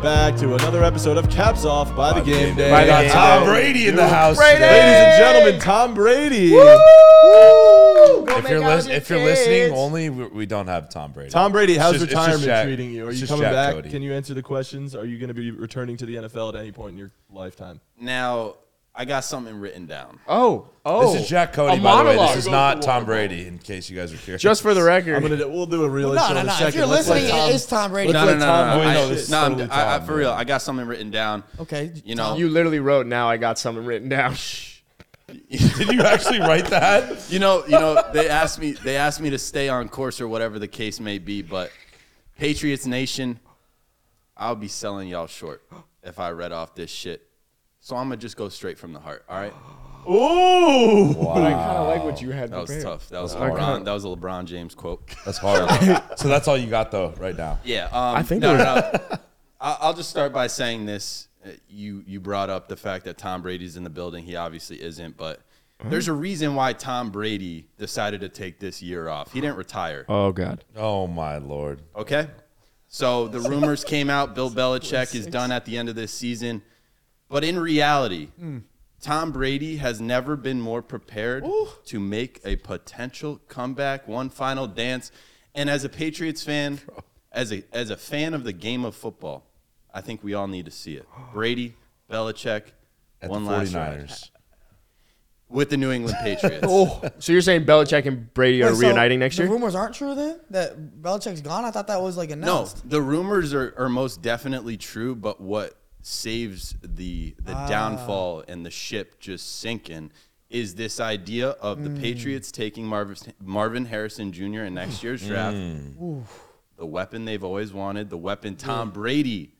back to another episode of Caps Off by, the Game Day. I got Yeah. Tom Brady in the house. Brady! today. Ladies and gentlemen, Tom Brady. Oh If you're, lis- if you're listening, only we, we don't have Tom Brady. Tom Brady, how's just- it's just retirement Shaq. treating you? Are It's you just coming Shaq back? Cody. Can you answer the questions? Are you going to be returning to the NFL at any point in your lifetime? Now I got something written down. Oh, oh. this is Jack Cody, a by the way. monologue. This is not Tom Brady, in case you guys are curious. Just for the record, I'm gonna do, we'll do a real show No, no, in a no. second. If you're Let's let listening, Tom- it is Tom Brady. No, no, let no, no. Tom- no. Oh, I, no, this is no, I'm- totally I, I, Tom, for real, I got something written down. Okay. You know, you literally wrote now I got something written down. Did you actually write that? You know, you know, they asked me they asked me to stay on course or whatever the case may be, but Patriots Nation, I'll be selling y'all short if I read off this shit. So I'm gonna just go straight from the heart. All right. Ooh. But I kind of like what you had That was prepared. tough. That was a I kinda- LeBron. That was a LeBron James quote. That's hard. so that's all you got, though, right now. Yeah. Um, I think no, no, no. I- I'll just start by saying this. Uh, You you brought up the fact that Tom Brady's in the building. He obviously isn't, but there's a reason why Tom Brady decided to take this year off. He didn't retire. Oh God. Oh, my Lord. Okay. So the rumors came out Bill Belichick is done at the end of this season. But in reality, Tom Brady has never been more prepared to make a potential comeback, one final dance. And as a Patriots fan, as a as a fan of the game of football, I think we all need to see it. Brady, Belichick, At one the last ride 49ers. with the New England Patriots. So you're saying Belichick and Brady are Wait, so reuniting next the year? rumors aren't true then? That Belichick's gone? I thought that was like No, announced. the rumors are, are most definitely true, but what saves the the downfall and the ship just sinking is this idea of the Patriots taking Marvin, Marvin Harrison Jr. in next year's draft. The weapon they've always wanted, the weapon Tom Brady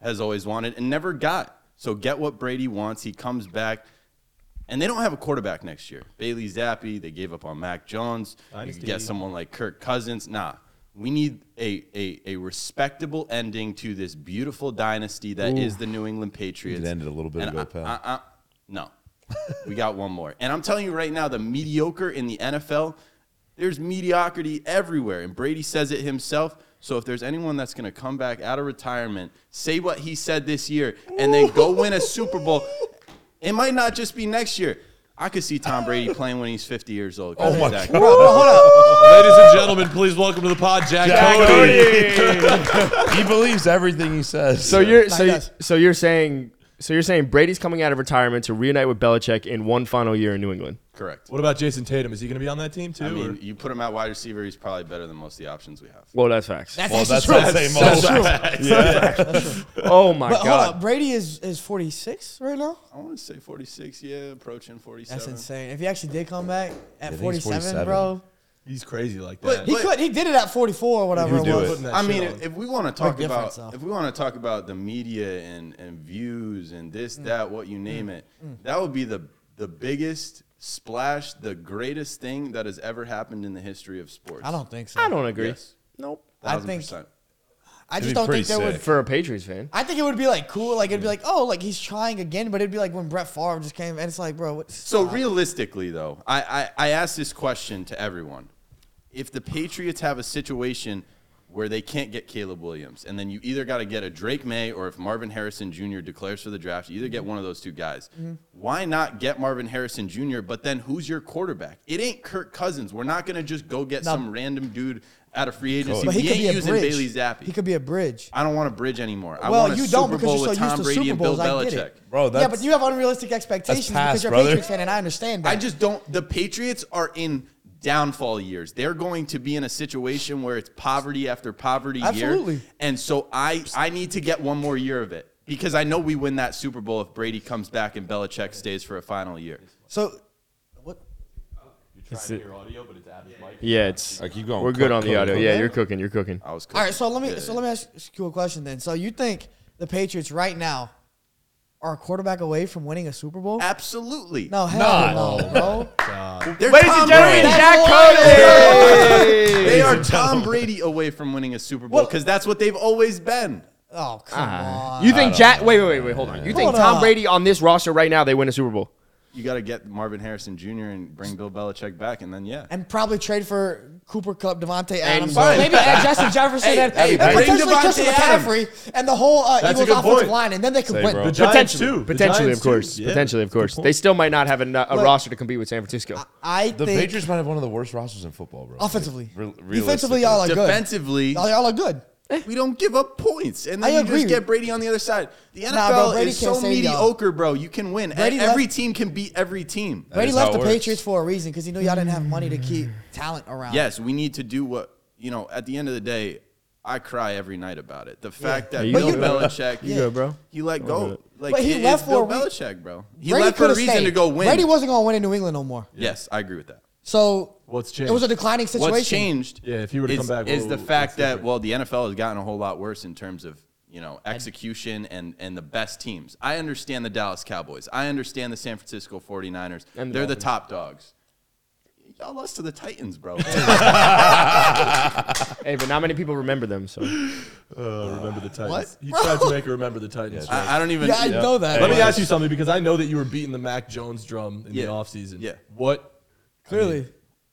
has always wanted and never got. So get what Brady wants. He comes back. And they don't have a quarterback next year. Bailey Zappi, they gave up on Mac Jones. You could get Dynasty. someone like Kirk Cousins. Nah, we need a, a, a respectable ending to this beautiful dynasty that is the New England Patriots. It ended a little bit And ago, I- pal. I- I- no, we got one more. And I'm telling you right now, the mediocre in the NFL, there's mediocrity everywhere. And Brady says it himself. So if there's anyone that's going to come back out of retirement, say what he said this year, and then go win a Super Bowl, it might not just be next year. I could see Tom Brady playing when he's 50 years old. Oh, my Exactly. God. Ladies and gentlemen, please welcome to the pod, Jack, Jack Cody. he believes everything he says. So you're so, I you- guess. so you're saying so you're saying Brady's coming out of retirement to reunite with Belichick in one final year in New England. Correct. What about Jason Tatum? Is he going to be on that team too? I or- mean, you put him at wide receiver, he's probably better than most of the options we have. Well, that's facts. That's Well, that's actually not true. saying That's much. true. oh my But hold up, God. Brady is is 46 right now. I want to say 46, yeah, approaching 47. That's insane. If he actually did come back at he's 47, 47. bro, he's crazy like But- that. he but- could. He did it at 44 or whatever He'd it do was. it. Putting that I shit mean, on. if if we want to talk about difference, though. if we want to talk about the media and and views and this that what you name it, that would be the the biggest splash, the greatest thing that has ever happened in the history of sports. I don't think so. I don't agree. Yes. Nope. I Thousand think- percent. I It'd be just don't pretty think there would sick. For a Patriots fan. I think it would be like cool. Like it'd be like, oh, like he's trying again, but it'd be like when Brett Favre just came, and it's like, bro, what? So realistically, though, I, I I asked this question to everyone: If the Patriots have a situation where they can't get Caleb Williams, and then you either got to get a Drake May, or if Marvin Harrison Jr. declares for the draft, you either get one of those two guys. Mm-hmm. Why not get Marvin Harrison Jr.? But then who's your quarterback? It ain't Kirk Cousins. We're not gonna just go get No. some random dude out of free agency. but he we could ain't be a using bridge. Bailey Zappi. He could be a bridge. I don't want a bridge anymore. I well, want a you Super don't because Bowl you're so with used Tom to Brady Super and Bill Bowls. I Belichick. get it. Bro, yeah, that's- but you have unrealistic expectations past, because you're a brother. Patriots fan, and I understand that. I just don't. The Patriots are in downfall years. They're going to be in a situation where it's poverty after poverty Absolutely. year. And so I, I need to get one more year of it because I know we win that Super Bowl if Brady comes back and Belichick stays for a final year. so, what? Yeah, it's All right, keep going. we're good Cook, on the cook, audio. cook. Yeah, you're cooking. You're cooking. I was All right, so let me Yeah. so let me ask you a question then. So you think the Patriots right now are a quarterback away from winning a Super Bowl? Uh, absolutely. No, hell Nah. no, bro. They're Ladies Tom and gentlemen, Brady. Jack Cody. They are Tom Brady away from winning a Super Bowl because that's what they've always been. Oh come on. Uh-huh. You think Jack? Wait, wait, wait, wait. Hold on. You think Hold Tom on. Brady on this roster right now they win a Super Bowl? you got to get Marvin Harrison Jr. and bring Bill Belichick back, and then yeah, and probably trade for Cooper Cup, Devontae Adams, fine. maybe add Justin Jefferson, and, hey, and bring potentially Devontae Christian Adams. McCaffrey, and the whole uh, a Eagles good offensive point. line, and then they could Say, win. bro. The Giants Potentially, too. The potentially, Giants of course. too. Yeah. Potentially, of Good course. point. They still might not have enough, a Look, roster to compete with San Francisco. I The think Patriots might have one of the worst rosters in football, bro. offensively, Like, re- defensively, realistically. y'all are good. defensively, Y'all- Y'all are good. we don't give up points, and I then you agree. just get Brady on the other side. The NFL Nah, bro, Brady is can't so save y'all. mediocre, bro. You can win. Brady every left- team can beat every team. Brady is left how it the works. Patriots for a reason because he knew y'all didn't have money to keep talent around. Yes, we need to do what you know. At the end of the day, I cry every night about it. The fact that you Bill good, bro. Belichick, You good, bro? He let go. Like But he it is left for Bill a rea- Belichick, bro. He Brady left for a coulda reason stayed. to go win. Brady wasn't going to win in New England no more. yes, I agree with that. So What's It was changed? a declining situation. What's changed? Yeah, if he were to is, come back, is whoa, the whoa, fact that's that different. well, the NFL has gotten a whole lot worse in terms of you know execution and and the best teams. I understand the Dallas Cowboys. I understand the San Francisco 49ers. And the They're the Dolphins. top dogs. Y'all lost to the Titans, bro. hey, but not many people remember them. So Uh, remember the Titans. What? He tried to make her remember the Titans. right? I, I don't even. Yeah, I know that. Let me Hey, ask you something because I know that you were beating the Mac Jones drum in Yeah. the offseason. Yeah. What? Clearly.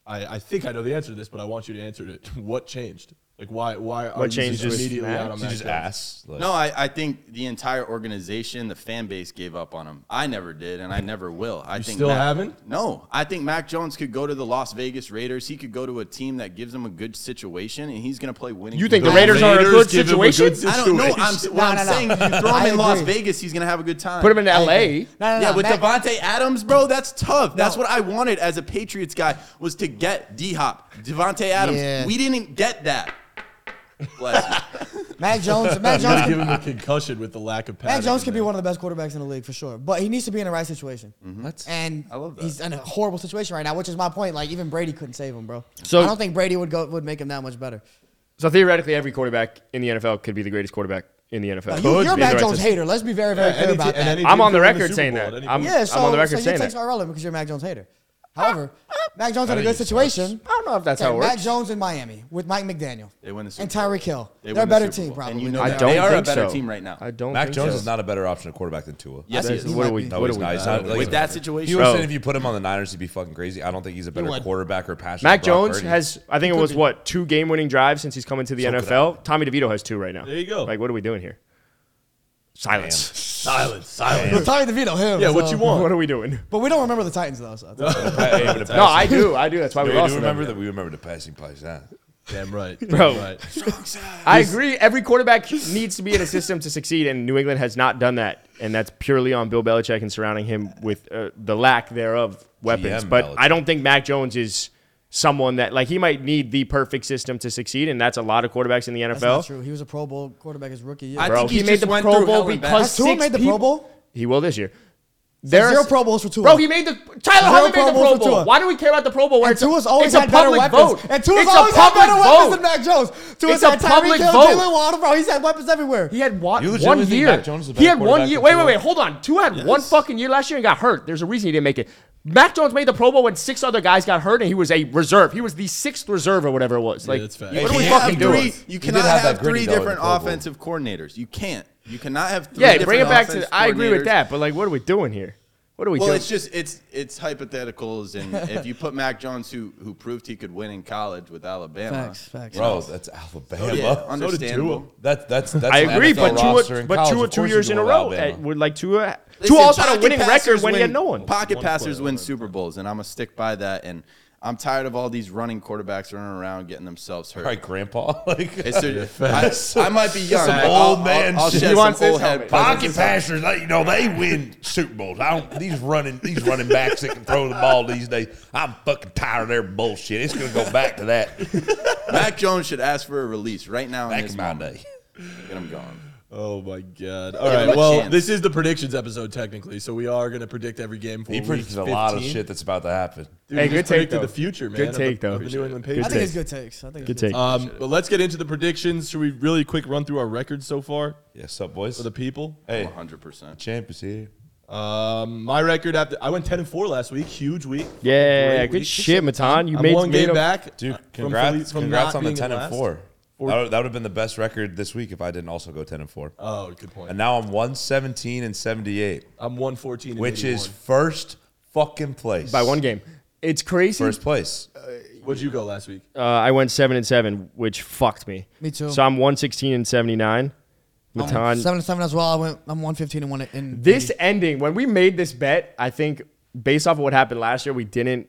I, I think I know the answer to this, but I want you to answer it. What changed? Like why? Why are What you changed just with immediately Mac? out on You Mac just Jones? ass. Like, No, I, I think the entire organization, the fan base gave up on him. I never did, and I never will. I think still Mac- haven't? No, I think Mac Jones could go to the Las Vegas Raiders. He could go to a team that gives him a good situation, and he's going to play winning. you think the football. Raiders are in a good Raiders give him a good situation? situation. I don't know. I'm, what No, I'm no, no. saying, is you throw him I in Las agree. Vegas, he's going to have a good time. Put them in agree. L.A. No, no, no. yeah, with Mac- Devonte Adams, bro, that's tough. That's No. what I wanted as a Patriots guy was to get D Hop, Devonte Adams. Yeah. We didn't get that. Bless you. Mac Jones. Mac You Jones. gotta give Can, him a concussion with the lack of Mac panic Jones in could be there. one of the best quarterbacks in the league for sure, but he needs to be in the right situation. Mm-hmm. What? And I love that. he's in a horrible situation right now, which is my point. Like even Brady couldn't save him, bro. So- I don't think Brady would go would make him that much better. So theoretically, every quarterback in the NFL could be the greatest quarterback in the NFL. You, you're a Be the Mac right Jones system. hater. Let's be very very Yeah, clear any about te- and that. any I'm team on the could win record Super saying Bowl that. at any I'm- point. yeah, so, on the record so saying your takes that. are irrelevant because you're a Mac Jones hater. However, Mac Jones had a think good it sucks. situation. I don't know if that's how it Mac works. Jones in Miami with Mike McDaniel They win the Super and Bowl. Tyreek Hill. They They're win a the better Super team, Bowl. probably. And you know I that. don't They are a think better so. team right now. I don't. Mac think Jones so. is not a better option at quarterback than Tua. Yes, he That's- is. What are might we? be. No, what he's are we? not. He's I not don't like, With that He situation, was Bro. saying if you put him on the Niners, he'd be fucking crazy. I don't think he's a better would. quarterback or passer. Mac than Brock Jones Purdy. has, I think it was what two game-winning drives since he's come into the So could NFL. Tommy DeVito has two right now. There you go. Like, what are we doing here? Silence. silence, silence. But Tommy DeVito, him. Yeah, what so- you want? What are we doing? But we don't remember the Titans though. So that's Hey, but a No, I passing- do. I do. That's why we We lost. do to remember them. that. We remember the passing plays. Huh? Damn right, Bro. Damn right. I agree. Every quarterback needs to be in a system to succeed, and New England has not done that. And that's purely on Bill Belichick and surrounding him with uh, the lack thereof weapons. GM but Belichick. I don't think Mac Jones is someone that like he might need the perfect system to succeed, and that's a lot of quarterbacks in the NFL. not true. He was a Pro Bowl quarterback his rookie year. I Bro, think he, he made just the went Pro through Bowl hell and back. because- Has Tua six made the people- Pro Bowl? He will this year. There's There's zero Pro Bowls for Tua. Bro, he made the Tyler Zero Huntley made Pro the Bowls Pro for Bowl. Tua. Why do we care about the Pro Bowl? Where And it's a- Tua's always it's a had better public weapons. vote. And Tua's It's a always had public better weapons vote. than Mac Jones. Tua's It's a had Tyreek public Hill, vote. Jalen Waddle, bro. He's had weapons everywhere. He had one, You legitimately one think year. Mac Jones is a better He had one quarterback year. than Wait, Tua? wait, wait. Hold on. Two had one fucking year last year and got hurt. There's a reason he didn't make it. Mac Jones made the Pro Bowl when six other guys got hurt, and he was a reserve. He was the sixth reserve or whatever it was. Like, that's fact. what are You we can't fucking have doing? Three, He you did cannot have have, that gritty, three though, in different the Pro Bowl. offensive coordinators. You can't. You cannot have three Yeah, different bring it back offensive to. I agree coordinators. with that, but like, what are we doing here? What are we Well, doing? it's just it's it's hypotheticals, and if you put Mac Jones, who who proved he could win in college with Alabama, Facts, facts. Bro, that's Alabama. Oh, yeah, understandable. That, that's that's. I an agree, NFL but Tua, roster in but college. Tua Of two course years you in a go with row Alabama. at, would like Tua. Listen, Tua also had a pocket winning passers record when he win- had no one. Pocket One passers player win wins. Super Bowls, and I'm gonna stick by that. And I'm tired of all these running quarterbacks running around getting themselves hurt. All right, Grandpa. Like It's their- I, I might be young. some but I'll- old I'll- man I'll shit. shed He wants some his old head. helmet. Pocket presence. passers, they, you know, they win Super Bowls. I don't. These running, these running backs that can throw the ball these days. I'm fucking tired of their bullshit. It's gonna go back to that. Mac Jones should ask for a release right now. in Back this in my moment. day. Get him going. Oh my god! All Give him right, a well, chance. this is the predictions episode technically, so we are going to predict every game for He week predicted a lot of 15. shit that's about to happen. Dude, Hey, he good just take, predicted though. the future, man. Good of the- take, though. Of the New England Good Patriots. I think it's good takes. I think it's Good take. Um, but let's get into the predictions. Should we really quick run through our records so far Yes, up boys. for the people? hey, 100. percent champ is here. Um, my record after I went ten and four last week. Huge week. Yeah, Great good week. shit, Matan. You I'm made one made game him- back, uh, Dude, from Philly- congrats, from congrats not on the being ten in and last. four. Four- That would, that would have been the best record this week if I didn't also go ten and four. Oh, good point. And now I'm one seventeen and seventy eight, I'm one fourteen, which is first fucking place. by one game. It's crazy. First place. What'd you go last week? uh, I went seven and seven, which fucked me. Me too. So I'm one sixteen and seventy nine. Matan. seven and seven as well. I went. I'm one fifteen and one in this ending when we made this bet i think based off of what happened last year we didn't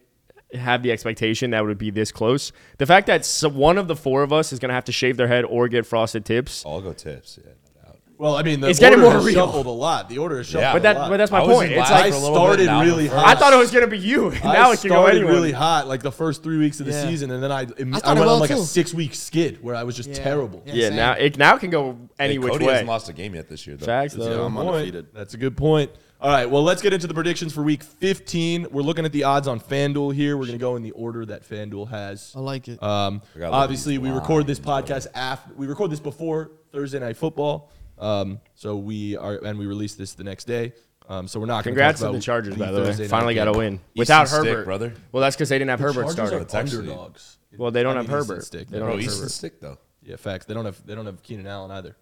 have the expectation that it would be this close the fact that so- one of the four of us is going to have to shave their head or get frosted tips I'll go tips. Yeah, no doubt. Well, I mean, the It's order getting more has real. shuffled a lot. The order is shuffled. Yeah. but a that lot. but that's my I was point in it's last like for a I little bit, started now I'm really first. hot. i thought it was going to be you and now I it can go started anywhere really hot like the first three weeks of the Yeah. season, and then I it- I I, thought went it well, on like too. a six week skid where I was just Yeah. terrible. Yeah. yeah Same. now it now can go any Hey, which Cody way hasn't lost a game yet this year, though. facts Yeah, though I'm Point. undefeated. That's a good point. All right, well, let's get into the predictions for week 15. We're looking at the odds on FanDuel here. We're going to go in the order that FanDuel has. I like Uh, Um, it. I gotta look at obviously, these we record this podcast after we record this before Thursday night football. Um, so we are and we release this the next day. Um, so we're not. gonna congrats talk to about the chargers by the Thursday way night finally got a game. win without stick, herbert brother. well that's because they didn't have herbert Chargers starting are It's actually- underdogs. well they don't I have mean, Easton herbert Stick. they don't Bro, have Easton herbert stick though. Yeah, facts. They don't have they don't have Keenan Allen either.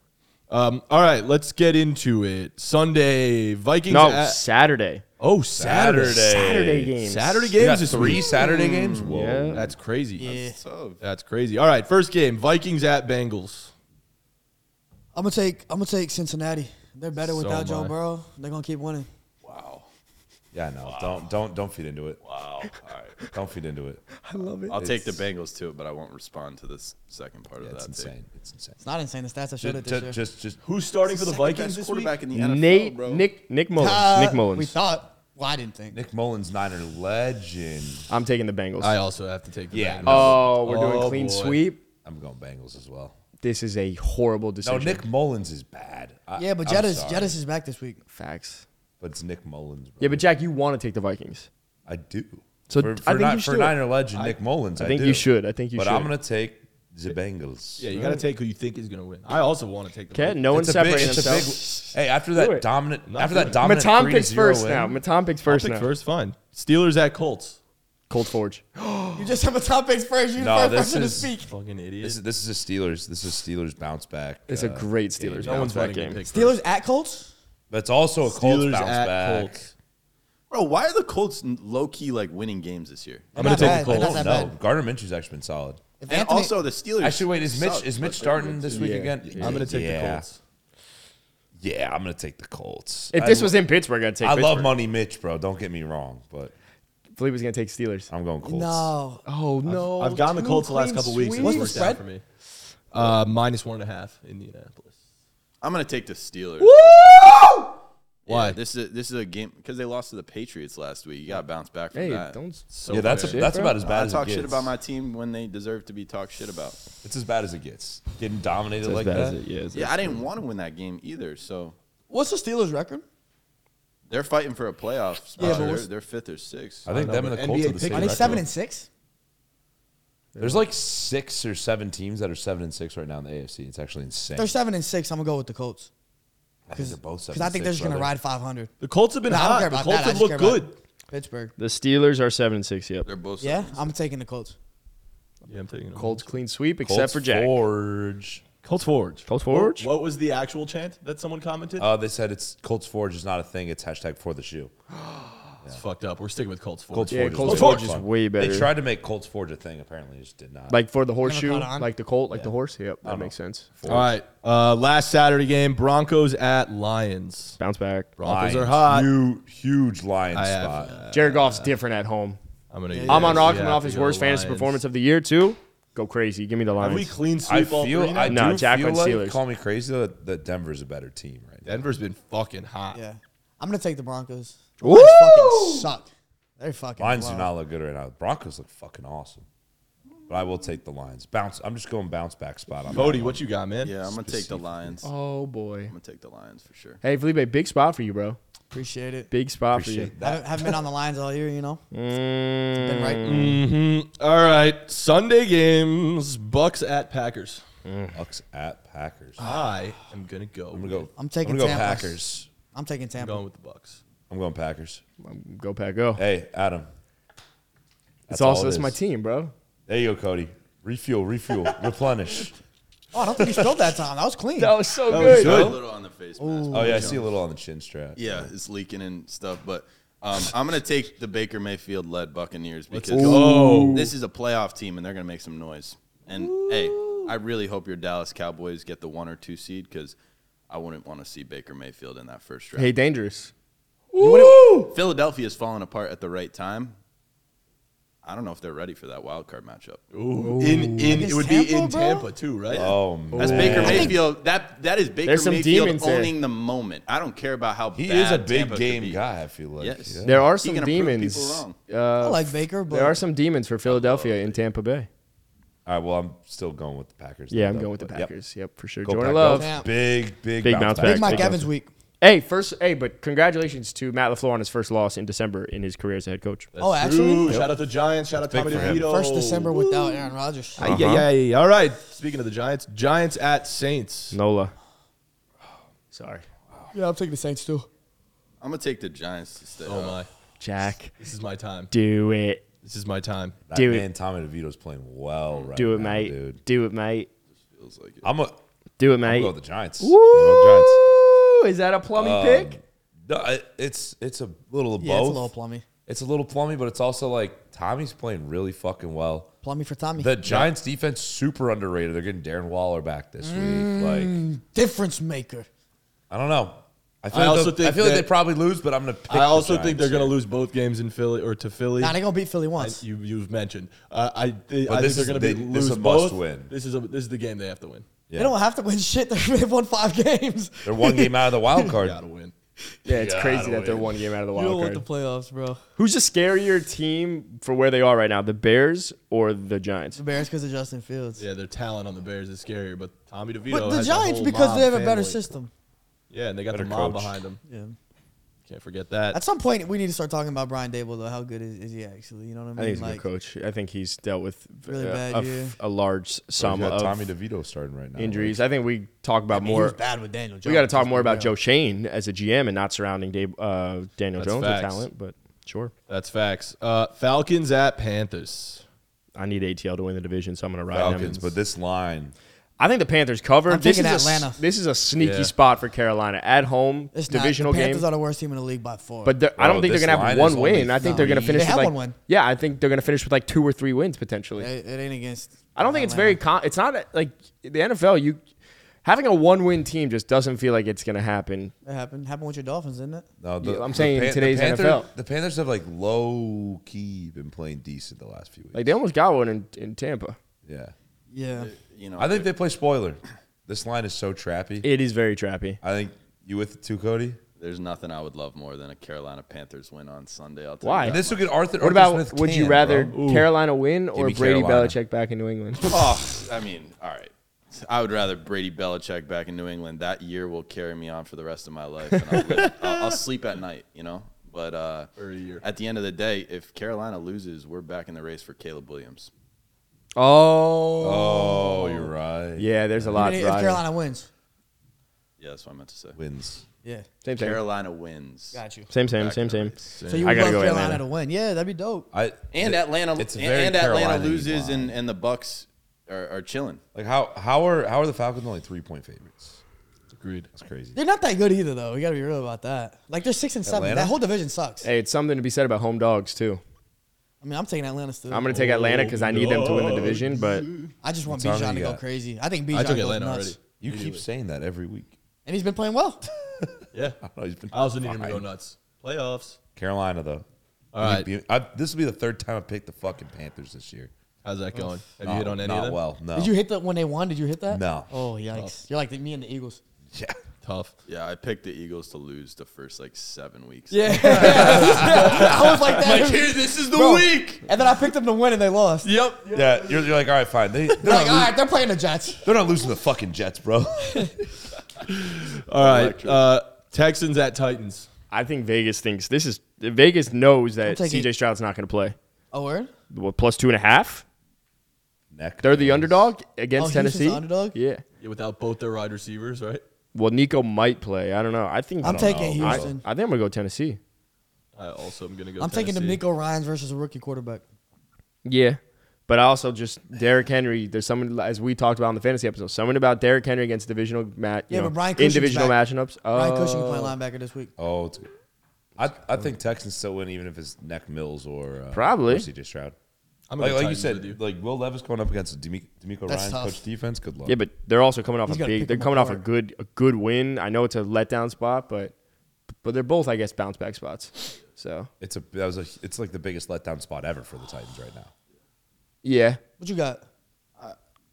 Um, all right, let's get into it. Sunday Vikings. no at- saturday oh Saturday. saturday games Saturday You games got is three Saturday games. Whoa. yeah That's crazy. Yeah. So, That's crazy. All right, first game Vikings at Bengals. I'm gonna take. I'm gonna take Cincinnati. They're better So without am Joe I. Burrow. They're gonna keep winning. Yeah, no. Don't don't don't feed into it. Wow. All right. Don't feed into it. I'll take the It's- Bengals to it, but I won't respond to this second part Yeah, of it's that. take. insane. It's insane. It's not insane. The stats I showed it Just this year. just just, just Who's starting for the Second Vikings best this week? quarterback in the NFL, Nate, bro. Nick, Nick Mullins, Uh, Nick Mullins. We thought. Well, I didn't think. Nick Mullins Niner legend. I'm taking the Bengals. I also have to take. The Yeah, Bengals. no. oh, we're doing Oh, clean boy. sweep. I'm going Bengals as well. This is a horrible No, decision. Nick Mullins is bad. I, Yeah, but I'm Jettis sorry, Jettis is back this week. Facts. But it's Nick Mullins. Bro. Yeah, but Jack, you want to take the Vikings. I do. So for, d- for I think Ni- you for should. Niner legend Nick Mullins, I, I think do. you should. I think you but should. I'm gonna take the Bengals. Yeah, you got to take who you think is going to win. I also want to take the Okay, Vikings. no one's It's a big, separating it's a big. themselves. Hey, after that it. dominant, not after doing that it. dominant. Matom three to picks zero first win, now. Matom picks first Pick now. first, fine. Steelers at Colts. Cold Forge. You just have a top picks first. You're No, the this first person is- to speak. Fucking This idiot. is this is a Steelers. This is Steelers bounce back. It's a uh, great Steelers. No one's bounce back winning the game. pick Steelers at Colts. But it's also a first. Colts Steelers bounce at back. Colts. Bro, why are the Colts low key like winning games this year? I'm They're going not to take bad. the They're Colts. not No, that bad. Gardner Minshew's actually been solid. If And Anthony- also the Steelers. Actually, wait, is Mitch suck, is but Mitch they're starting good this too. week Yeah. again? I'm going to take the Yeah. Colts. Yeah, I'm gonna take the Colts. If I this lo- was in Pittsburgh, I'd take. I love Pittsburgh. Money Mitch, bro. Don't get me wrong, but Philippe was gonna take Steelers. I'm going Colts. no. Oh no! I've gotten the two Colts the last clean couple weeks. and sweeps. It's the worked out spread? for me. Uh, minus one and a half, Indianapolis. I'm gonna take the Steelers. Yeah, Why? this is this is a game because they lost to the Patriots last week. You got to bounce back from Hey, that. don't. So Yeah, that's a, fair. that's bro. about as bad I as talk it gets. shit about my team when they deserve to be talked shit about. It's as bad as it gets. Getting dominated like That's that. it, yeah, that's it. Yeah, I didn't want to win that game either, so What's the Steelers record? they're fighting for a playoff. Spot. Yeah, but they're, what's- they're fifth or sixth. I think know, them and but the Colts NBA are the same. pick- Are they record. seven and six? There's like six or seven teams that are seven and six right now in the AFC. It's actually insane. They're seven and six. I'm gonna go with the Colts I think because they're both seven. I think and they're six, just gonna brother. ride 500. The Colts have been But I don't hot. care The about Colts that. I have just looked care about good. Pittsburgh. The Steelers are seven and six. Yep. They're both. Yeah, seven. I'm taking the Colts. Yeah, I'm taking it. Colts clean sweep, Colts except for Jack. Forge. Colts Forge. Colts Forge. What was the actual chant that someone commented? Uh, they said it's Colts Forge is not a thing. It's hashtag for the shoe. It's fucked up. We're sticking with Colts Forge. Colts Yeah, Forge. is Colts way Forge more is fun. way better. They tried to make Colts Forge a thing. Apparently, it just did not. Like for the horseshoe, caught on. like the colt, like the horse. Yep, that makes sense. All right. Uh, last Saturday game, Broncos at Lions. Bounce back. Broncos are Lions. hot. Huge, huge Lions I have, uh, spot. Jared Goff's different at home. I'm gonna. I'm on yeah, Rock yeah, coming I off his feel worst fantasy Lions. performance of the year too. Go crazy. Give me the Have we Lions. clean I sweep all three feel. now? I No, do Jack feel went like Steelers. call me crazy though, that, that Denver's a better team right now. Denver's been fucking hot. Yeah, I'm gonna take the Broncos. The Woo! Lions fucking suck. They fucking. Lions do blow. not look good right now. Broncos look fucking awesome. But I will take the Lions. Bounce. I'm just going bounce back spot. on Cody, that what you got, man? yeah, I'm gonna take the Lions. I'm Oh boy. gonna take the Lions for sure. Hey Felipe, big spot for you, bro. Appreciate it. Big spot Appreciate for I that. haven't, haven't been on the lines all year, you know. you. Mm, Been right. All right, Sunday games. Bucks at Packers. Bucks at Packers. I am gonna go. I'm gonna go. I'm taking I'm gonna go Tampa. Packers. I'm taking I'm Tampa. going with the Bucks. I'm going Packers. go pack, go. Hey, Adam. it's That's all also it it's my is. team, bro. There you go, Cody. Refuel, refuel, replenish. Oh, I don't think he spilled that time. That was clean. was so was good. A little on the face. mask. Oh yeah, I see a little on the chin strap. Yeah, it's leaking and stuff, but Um, I'm going to take the Baker Mayfield led Buccaneers because oh, go. this is a playoff team and they're going to make some noise. And hey, I really hope your Dallas Cowboys get the one or two seed because I wouldn't want to see Baker Mayfield in that first round. Hey, dangerous. Philadelphia is falling apart at the right time. I don't know if they're ready for that wild card matchup. In in Against it would be Tampa, in bro? Tampa too, right? Oh man, That's Baker Mayfield. That that is Baker There's some Mayfield demons there. owning the moment. I don't care about how he bad is a big Tampa could be. game guy. I feel like. Yes. yeah. There are He some can prove demons. uh, people wrong. I like Baker, but There are some demons for Philadelphia in Tampa Bay. All right. Well, I'm still going with the Packers. Yeah, though, I'm though, going with the but, yep. Packers. Yep, for sure. Go Jordan Pack, Love. go. Yeah. Big, big, Big bounce back. Big Mike Big Evans week. Hey, first. Hey, but congratulations to Matt Lafleur on his first loss in December in his career as a head coach. That's Oh, true. actually? shout out to Giants. Shout out to big Tommy for him. Uh-huh. DeVito. First December without Aaron Rodgers. Ay, ay, ay. All right. Speaking of the Giants, Giants at Saints. Nola. Sorry, Yeah, I'm taking the Saints too. I'm gonna take the Giants to stay. Oh up. my! Jack. This is my time. Do it. This is my time. That Do it. man, Tommy DeVito's playing well right Do it, now, mate. dude. Do it, mate. Feels like it. I'm a Do it, I'm gonna mate. go with the Giants. I'm gonna go with the Giants. Um, Woo! Is that a plumbing pick? No, I- it's it's a little of Yeah, both. it's a little plummy. It's a little plummy, but it's also like Tommy's playing really fucking well. Plummy for Tommy. The Giants defense super underrated. They're getting Darren Waller back this Mm. week. Like Difference maker. I don't know. I feel, I like, also they'll- I think feel like that- they probably lose, but I'm gonna. Pick I also the think they're Giants. going to lose both games in Philly or to Philly. Nah, they're gonna beat Philly I- once. you, you've mentioned. Uh, I, thi- But I think this they're is- going to they- be this lose is a both. must-win. This is a, this is the game they have to win. Yeah. They don't have to win shit. They're- They've won five games. They're one game out of the wild card. Got to win. Yeah, it's Yeah, I crazy don't that they're win. one game out of the You don't wild want card. the playoffs, bro. Who's a scarier team for where they are right now, the Bears or the Giants? The Bears because of Justin Fields. Yeah, their talent on the Bears is scarier, but Tommy DeVito. But the has a Giants whole because mob they have a better family. system. Yeah, and they got Better the mom coach. behind them. Yeah. Can't forget that. At some point, we need to start talking about Brian Dable though. How good is, is he actually? You know what I mean? I think he's a like, good coach. I think he's dealt with Really uh, bad a, f- year. a large So sum you got of Tommy DeVito starting right now. injuries. I think we talk about I mean, he more. was bad with Daniel. Jones. We got to talk more about Joe Shane as a GM and not surrounding Dave, uh, Daniel That's Jones with facts. talent, but sure. That's facts. Uh, Falcons at Panthers. I need ATL to win the division, so I'm going to ride Falcons, them. but this line. I think the Panthers cover. I'm this is taking a s- Atlanta. this is a sneaky Yeah. spot for Carolina at home. It's not- divisional the game. Panthers are the worst team in the league by four. But they're- I don't Bro, think they're this gonna line have is one only win. I think they're gonna three. finish They have with like one win. yeah. I think they're gonna finish with like two or three wins potentially. it, it ain't against. I don't think it's very. Con- it's not a- like the NFL. You having a one-win team just doesn't feel like it's gonna happen. It happened. Happened with your Dolphins, didn't it? No, Yeah, I'm saying today's the Panthers, NFL. The Panthers have like low key been playing decent the last few weeks. Like they almost got one in, in Tampa. yeah, Yeah. You know, I think they play spoiler. This line is so trappy. It is very trappy. I think you with it too, Cody. there's nothing I would love more than a Carolina Panthers win on Sunday. I'll tell Why? You And that. this will get Arthur. What Arthur about Smith would you canned, rather bro. Carolina win or me Brady Carolina. Belichick back in New England? Oh, I mean, all right. I would rather Brady Belichick back in New England. That year will carry me on for the rest of my life. And I'll, live, I'll, I'll sleep at night, you know. But uh, For a year. at the end of the day, if Carolina loses, we're back in the race for Caleb Williams. oh. Oh, you're right. Yeah, there's a I lot. mean, if riding. Carolina wins, Yeah, that's what I meant to say. Wins. yeah, Same same. Carolina wins. got you. Same same Back same in the same. race. So you I would gotta love go Carolina Atlanta. to win. Yeah, that'd be dope. I And it- Atlanta It's a and, very and Atlanta Carolina-y loses line. and, and the Bucks are, are chilling. like how how are how are the Falcons only three point favorites? Agreed. That's crazy. They're not that good either, though. We gotta be real about that. Like they're six and seven. Atlanta? That whole division sucks. Hey, it's something to be said about home dogs too. I mean, I'm taking Atlanta still. I'm gonna take Atlanta because I need them to win the division, but I just want What time Bijan do to you go got? crazy. I think I Bijan took goes Atlanta nuts, already. You keep saying that every week. and he's been playing well. Yeah. know, Oh, he's been I also need him to go fine. nuts. Playoffs. Carolina though. All I right. think Bu- I- this will be the third time I picked the fucking Panthers this year. How's that going? Have Not- you hit on any not of them? well. No. Did you hit that when they won? Did you hit that? No. Oh yikes! You're like the- me and the Eagles. Yeah. Tough. Yeah, I picked the Eagles to lose the first like seven weeks. Yeah, I was like that. this is the Bro. week. And then I picked them to win, and they lost. Yep. Yeah. You're, you're like, all right, fine. They they're, They're like, not all lo- right, they're playing the Jets. they're not losing the fucking Jets, bro. All right. Uh, Texans at Titans. I think Vegas thinks this is Vegas knows that taking- CJ Stroud's not going to play. Oh, word? What, plus two and a half? Neck. They're the underdog Oh, against Houston's Tennessee. the underdog? Yeah. Yeah, without both their wide receivers, right? Well, Nico might play. I don't know. I think I'm I taking know. I, I Houston. think I'm gonna go Tennessee. I also am going to go. I'm taking Tennessee. D'Amico Ryan's versus a rookie quarterback. Yeah. But I also just Derrick Henry. There's someone as we talked about in the fantasy episode. Someone about Derrick Henry against divisional match. Yeah, know, but Brian in Cushing's divisional back. matchup. matchups. Ryan Oh, Cushing playing linebacker this week. Oh, it's I, I think Texans still win, even if it's Neck Mills or uh, Probably. or CJ Stroud. I'm like, gonna like you Titans said, with you. like Will Levis going up against D'Amico, D'Amico That's Ryan's tough. coach defense. Good luck. Yeah, but they're also coming off He's a gotta big. pick They're them coming off a apart. good a good win. I know it's a letdown spot, but but they're both, I guess, bounce back spots. So it's a that was a it's like the biggest letdown spot ever for the Titans right now. yeah, What you got?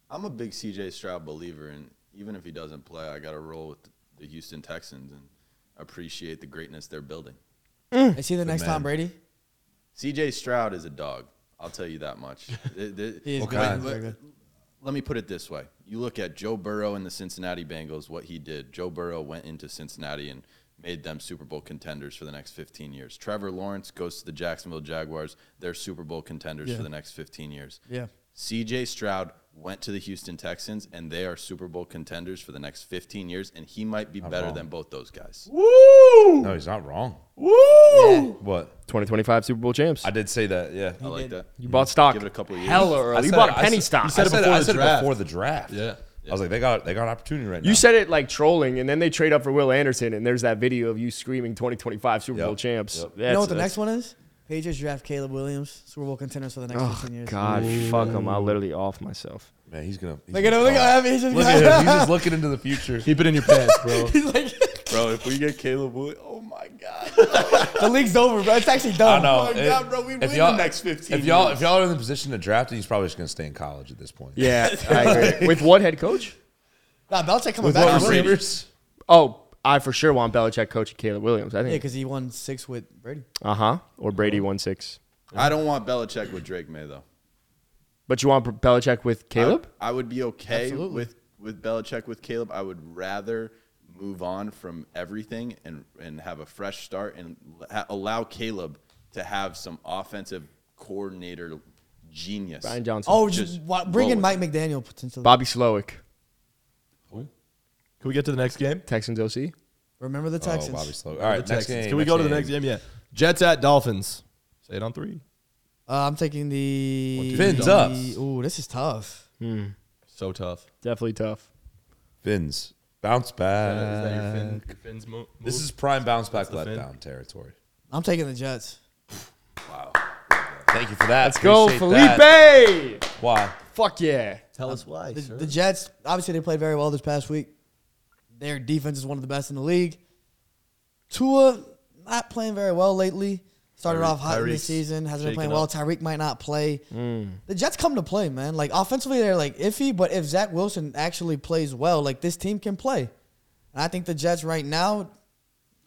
I'm a big CJ Stroud believer, and even if he doesn't play, I got to roll with the Houston Texans and appreciate the greatness they're building. Is he the next man. Tom Brady? CJ Stroud is a dog. I'll tell you that much. The- the- He is Let- good. let- He's very good. Let me put it this way. You look at Joe Burrow and the Cincinnati Bengals, what he did. Joe Burrow went into Cincinnati and made them Super Bowl contenders for the next 15 years. Trevor Lawrence goes to the Jacksonville Jaguars. They're Super Bowl contenders Yeah. for the next 15 years. Yeah. CJ Stroud went to the Houston Texans, and they are Super Bowl contenders for the next 15 years, and he might be better wrong. than both those guys. Woo! No, he's not wrong. Woo! What 2025 Super Bowl champs. I did say that. Yeah, I like that. you bought stock. Give it a couple of years. hella I early. You said- bought a I penny said- stock. You said it before I the said draft. before the draft. Yeah. I was like, they got they got an opportunity right now. You said it like trolling, and then they trade up for Will Anderson, and there's that video of you screaming 2025 Super Yep. Bowl champs. Yep. You know That's- what the that's- next one is? Patriots draft Caleb Williams, Super Bowl contenders for the next 15 years. God, fuck him. I literally off myself. man, he's gonna he's Look at him! Look at him! He's just Look at him. He's just looking into the future. Keep it in your pants, bro. He's like, Bro, if we get Caleb Williams, oh my God. the league's over, bro. It's actually done. I know. Oh my God, bro, we win the y'all- next 15 If y'all years. if y'all are in the position to draft, he's probably just gonna stay in college at this point. Yeah, I agree. With what head coach? Nah, Belichick coming With back. what Tom Brady. receivers? Oh, I for sure want Belichick coaching Caleb Williams. I Yeah, Oh. think. because he won six with Brady. Uh huh. Or Brady one six. I don't want Belichick with Drake May, though. But you want Belichick with Caleb? I, I would be okay Absolutely. with with Belichick with Caleb. I would rather move on from everything and and have a fresh start and l- ha- allow Caleb to have some offensive coordinator genius. Brian Johnson. Oh, just just, wa- roll bring in with Mike McDaniel potentially. Bobby Slowick, Can we get to the next game? Texans OC. Remember the Oh, Texans. Bobby Slow. All right, The next Texans. game. Can we go to the next game? Yeah. Jets at Dolphins. Say it on three. uh, I'm taking the Finn's up. Ooh, this is tough. So tough. Definitely tough. Fins bounce Uh, is that your back. fin, your fins mo- This move? is prime bounce back the fin. letdown territory. I'm taking the Jets. Thank you for that. Let's Go Felipe! Why? Fuck yeah. tell us why. The, the Jets, obviously, they played very well this past week. Their defense is one of the best in the league. Tua not playing very well lately. Started Tyreek- off hot in the Tyreek's season, hasn't been shaken playing well. up. Hmm. Tyreek might not play. The Jets come to play, man. Like offensively, they're like iffy, but if Zach Wilson actually plays well, like this team can play. And I think the Jets right now,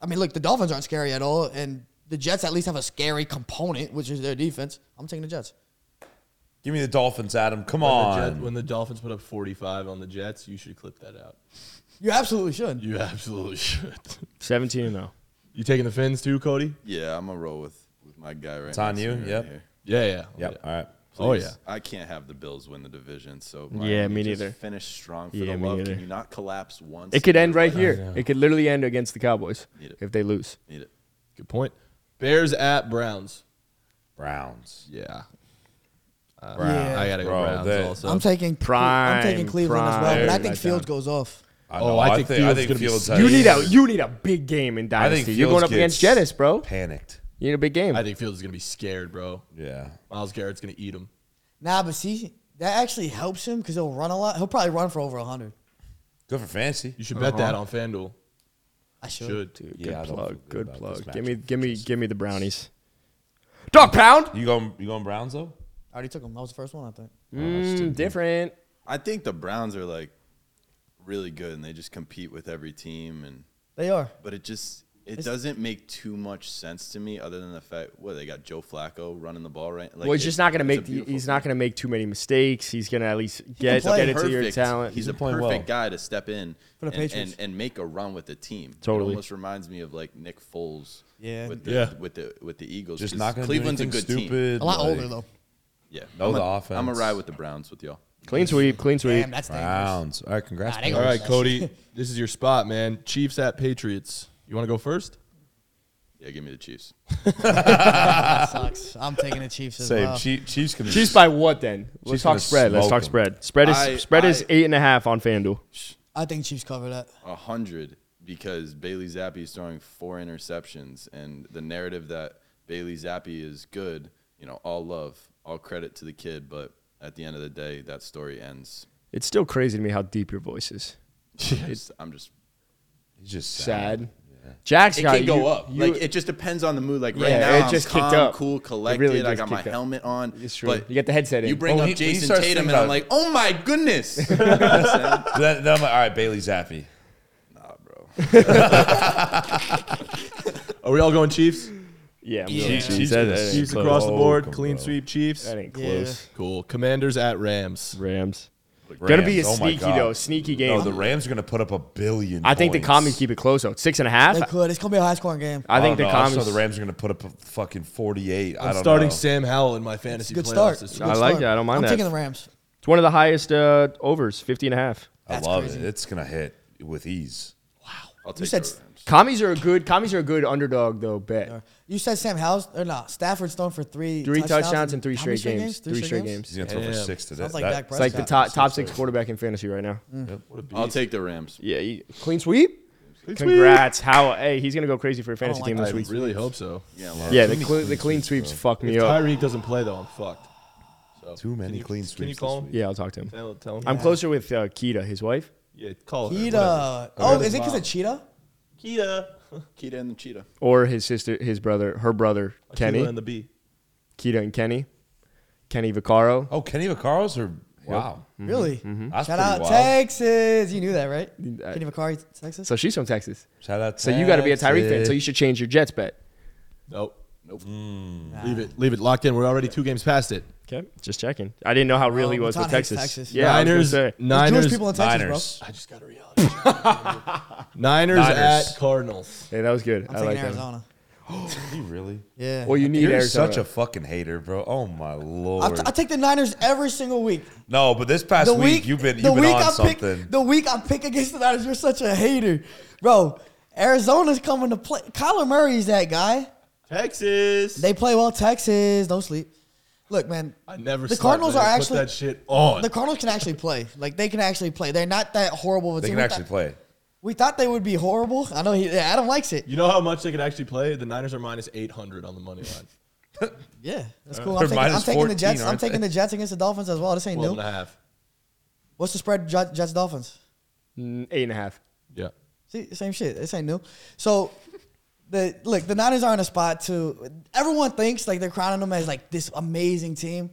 I mean, look, the Dolphins aren't scary at all, and the Jets at least have a scary component, which is their defense. I'm taking the Jets. Give me the Dolphins, Adam. Come When the, Jet- on. when the Dolphins put up 45 on the Jets, you should clip that out. You absolutely should. You absolutely should. 17 and oh. 0. you taking the fins too, Cody? Yeah, I'm gonna roll with with my guy right. It's on next you, to me Right yep. here. Yeah, yeah. Yep. Yeah. All right. Oh, Please. yeah. I can't have the Bills win the division. So Yeah, me just neither. Finish strong for Yeah, the me love. neither. Can you not collapse once? It could end right I here. know. It could literally end against the Cowboys Need it. if they lose. Need it. Good point. Bears at Browns. Browns. Yeah. Uh, Yeah. I got to go Bro, Browns they- also. I'm taking I'm Prime, taking Cleveland as well, but I prime. think Right Fields down. goes off. I Oh, I think Fields gonna be Fields sick. has- You need a you need a big game in Uh, I think Dynasty. You're going Fields up against gets Jettis, bro. Panicked. You need a big game. I think Fields is going to be scared, bro. Yeah. Miles Garrett's going to eat him. Nah, but see, that actually helps him because he'll run a lot. He'll probably run for over 100. Good for fancy. You should bet that on FanDuel. I should. Uh-huh. Should. Dude, Yeah, I good don't feel plug. good Good about plug. this Give me matchup. Oh, give me give me the brownies. Dog pound. You going? You going Browns though? I already took him. That was the first one, I think. Mm, different. I think the Browns are like really good, and they just compete with every team and. They are. but it just it doesn't make too much sense to me other than the fact well they got Joe Flacco running the ball right like well, he's it- just not going to it's a make. The, beautiful he's thing. not going to make too many mistakes. He's going to at least get play. get it to your Perfect. talent. He's, a been playing perfect well. guy to step in For the and, Patriots. and and make a run with the team. Totally. it almost reminds me of like Nick Foles. Yeah. with the, Yeah. with the with the Eagles. Just 'cause not going to do Cleveland's a anything good team. stupid. A lot like- older, though. Yeah, Know I'm the a, I'm a offense. ride with the Browns with y'all. clean sweep. Clean sweep. Damn, that's dangerous. Browns. All right. Congrats. Nah, they Browns. All right, Cody. this is your spot, man. Chiefs at Patriots. You want to go first? Yeah, give me the Chiefs. That sucks. I'm taking the Chiefs as Same. well. Chief, Chiefs can. Chiefs by what then? Let's Chiefs talk gonna spread. Let's smoke talk 'em. spread. Spread is I- spread is I- eight and a half on FanDuel. I think Chiefs cover that. A hundred. because Bailey Zappi is throwing four interceptions, and the narrative that Bailey Zappi is good, you know, all love, all credit to the kid, but at the end of the day, that story ends. It's still crazy to me how deep your voice is. It's, I'm just. It's just sad. Sad. Jack's It got can go you- up. you- like it just depends on the mood. Like right Yeah, now, it I'm just kicked calm, up. cool, It collected. really I just got my kicked up. helmet on. It's true. You got the headset in. You bring Well, up he- he Jason starts Tatum, thinking and I'm about like, it. oh my goodness. So then, then I'm like, all right, Bailey Zappi. Are we all going Chiefs? Yeah, I'm Yeah. going Chiefs Chiefs. That, gonna that ain't Chiefs close. across the Oh, board, come clean on. sweep Chiefs. That ain't Yeah. close. Cool. Commanders at Rams. Rams. Rams. Gonna be a Oh my sneaky God. though, sneaky game. No, the Rams are going to put up a billion. I think the points. commies keep it close though. Six and a half. They could. It's gonna be a high scoring game. Oh, I think don't the know. I just commies. know the Rams are going to put up a fucking 48. I I'm don't starting know. Sam Howell in my fantasy Good playoffs start. this Good week. I like start. that. I don't mind I'm that. taking the Rams. It's one of the highest uh, overs, 50 and a half. I That's love crazy. it. It's going to hit with ease. I'll take You said the s- Rams. Commies are a good. Commies are a good underdog though. Bet You said Sam Howell's or not? Stafford's thrown for three three touchdowns, in in three straight games. Three, straight games. He's going to throw for Damn. six today. Sounds like Dak It's like the Prescott. top top six quarterback in fantasy right now. I'll take the Rams. Yeah, he- clean sweep. Congrats, How? Hey, he's gonna go crazy for your fantasy like team I this week. really hope so. Yeah, well, Yeah, the clean, the clean sweeps fuck me If up. Tyreek doesn't play though, I'm fucked. So, Too many can you- clean Can you sweeps call this him? Yeah, I'll talk to him. Tell, tell him. I'm closer with uh, Keita, his wife. Yeah, call her. Cheetah. Oh, is it because of Cheetah? Kita? Keita and the Cheetah. or his sister, his brother, her brother Kenny, and the B. Keita and Kenny, Kenny Vaccaro. Oh, Kenny Vaccara's or wow. Really? That's Shout pretty out wild. Texas. You knew that, right? uh, I- Kenny McCarry, Texas. So she's from Texas. Shout out. So you got to be a Tyreek Tyreek fan. So you should change your Jets bet. Nope. Nope. Leave it. Leave it locked in. We're already two games past it. Okay, just checking. I didn't know how real he Well, was with Maton Oh, hates Texas. Texas. Yeah, I was gonna Niners. say. There's Niners. Jewish people in Texas, Niners. I just got a reality. Niners, Niners. at Cardinals. Hey, that was good. bro. I I'm like taking that. Arizona. You really? Yeah. Well, you need You're Arizona. such a fucking hater, bro. Oh my I, lord. t- I take the Niners every single week. no, but this past The week, week you've been you've the been week on I pick something. the week I pick against the Niners. You're such a hater, bro. Arizona's coming to play. Kyler Murray's that guy. Texas. They play well. Texas, don't sleep. Look, man. I never. The slept, Cardinals man. are Put actually- that shit on. The Cardinals can actually play. Like they can actually play. They're not that horrible. Of a they team. can We actually thought- play. We thought they would be horrible. I know he, yeah, Adam likes it. you know how much they could actually play. The Niners are minus eight hundred on the money line. Yeah, that's cool. Uh, They're I'm taking, I'm minus taking the 14, Jets. I'm aren't taking they? the Jets against the Dolphins as well. This ain't Twelve new. and a half. What's the spread? Jets, Jets Dolphins. Mm, eight and a half. Yeah. See, same shit. This ain't new. So, the look, the Niners are in a spot to. Everyone thinks like they're crowning them as like this amazing team.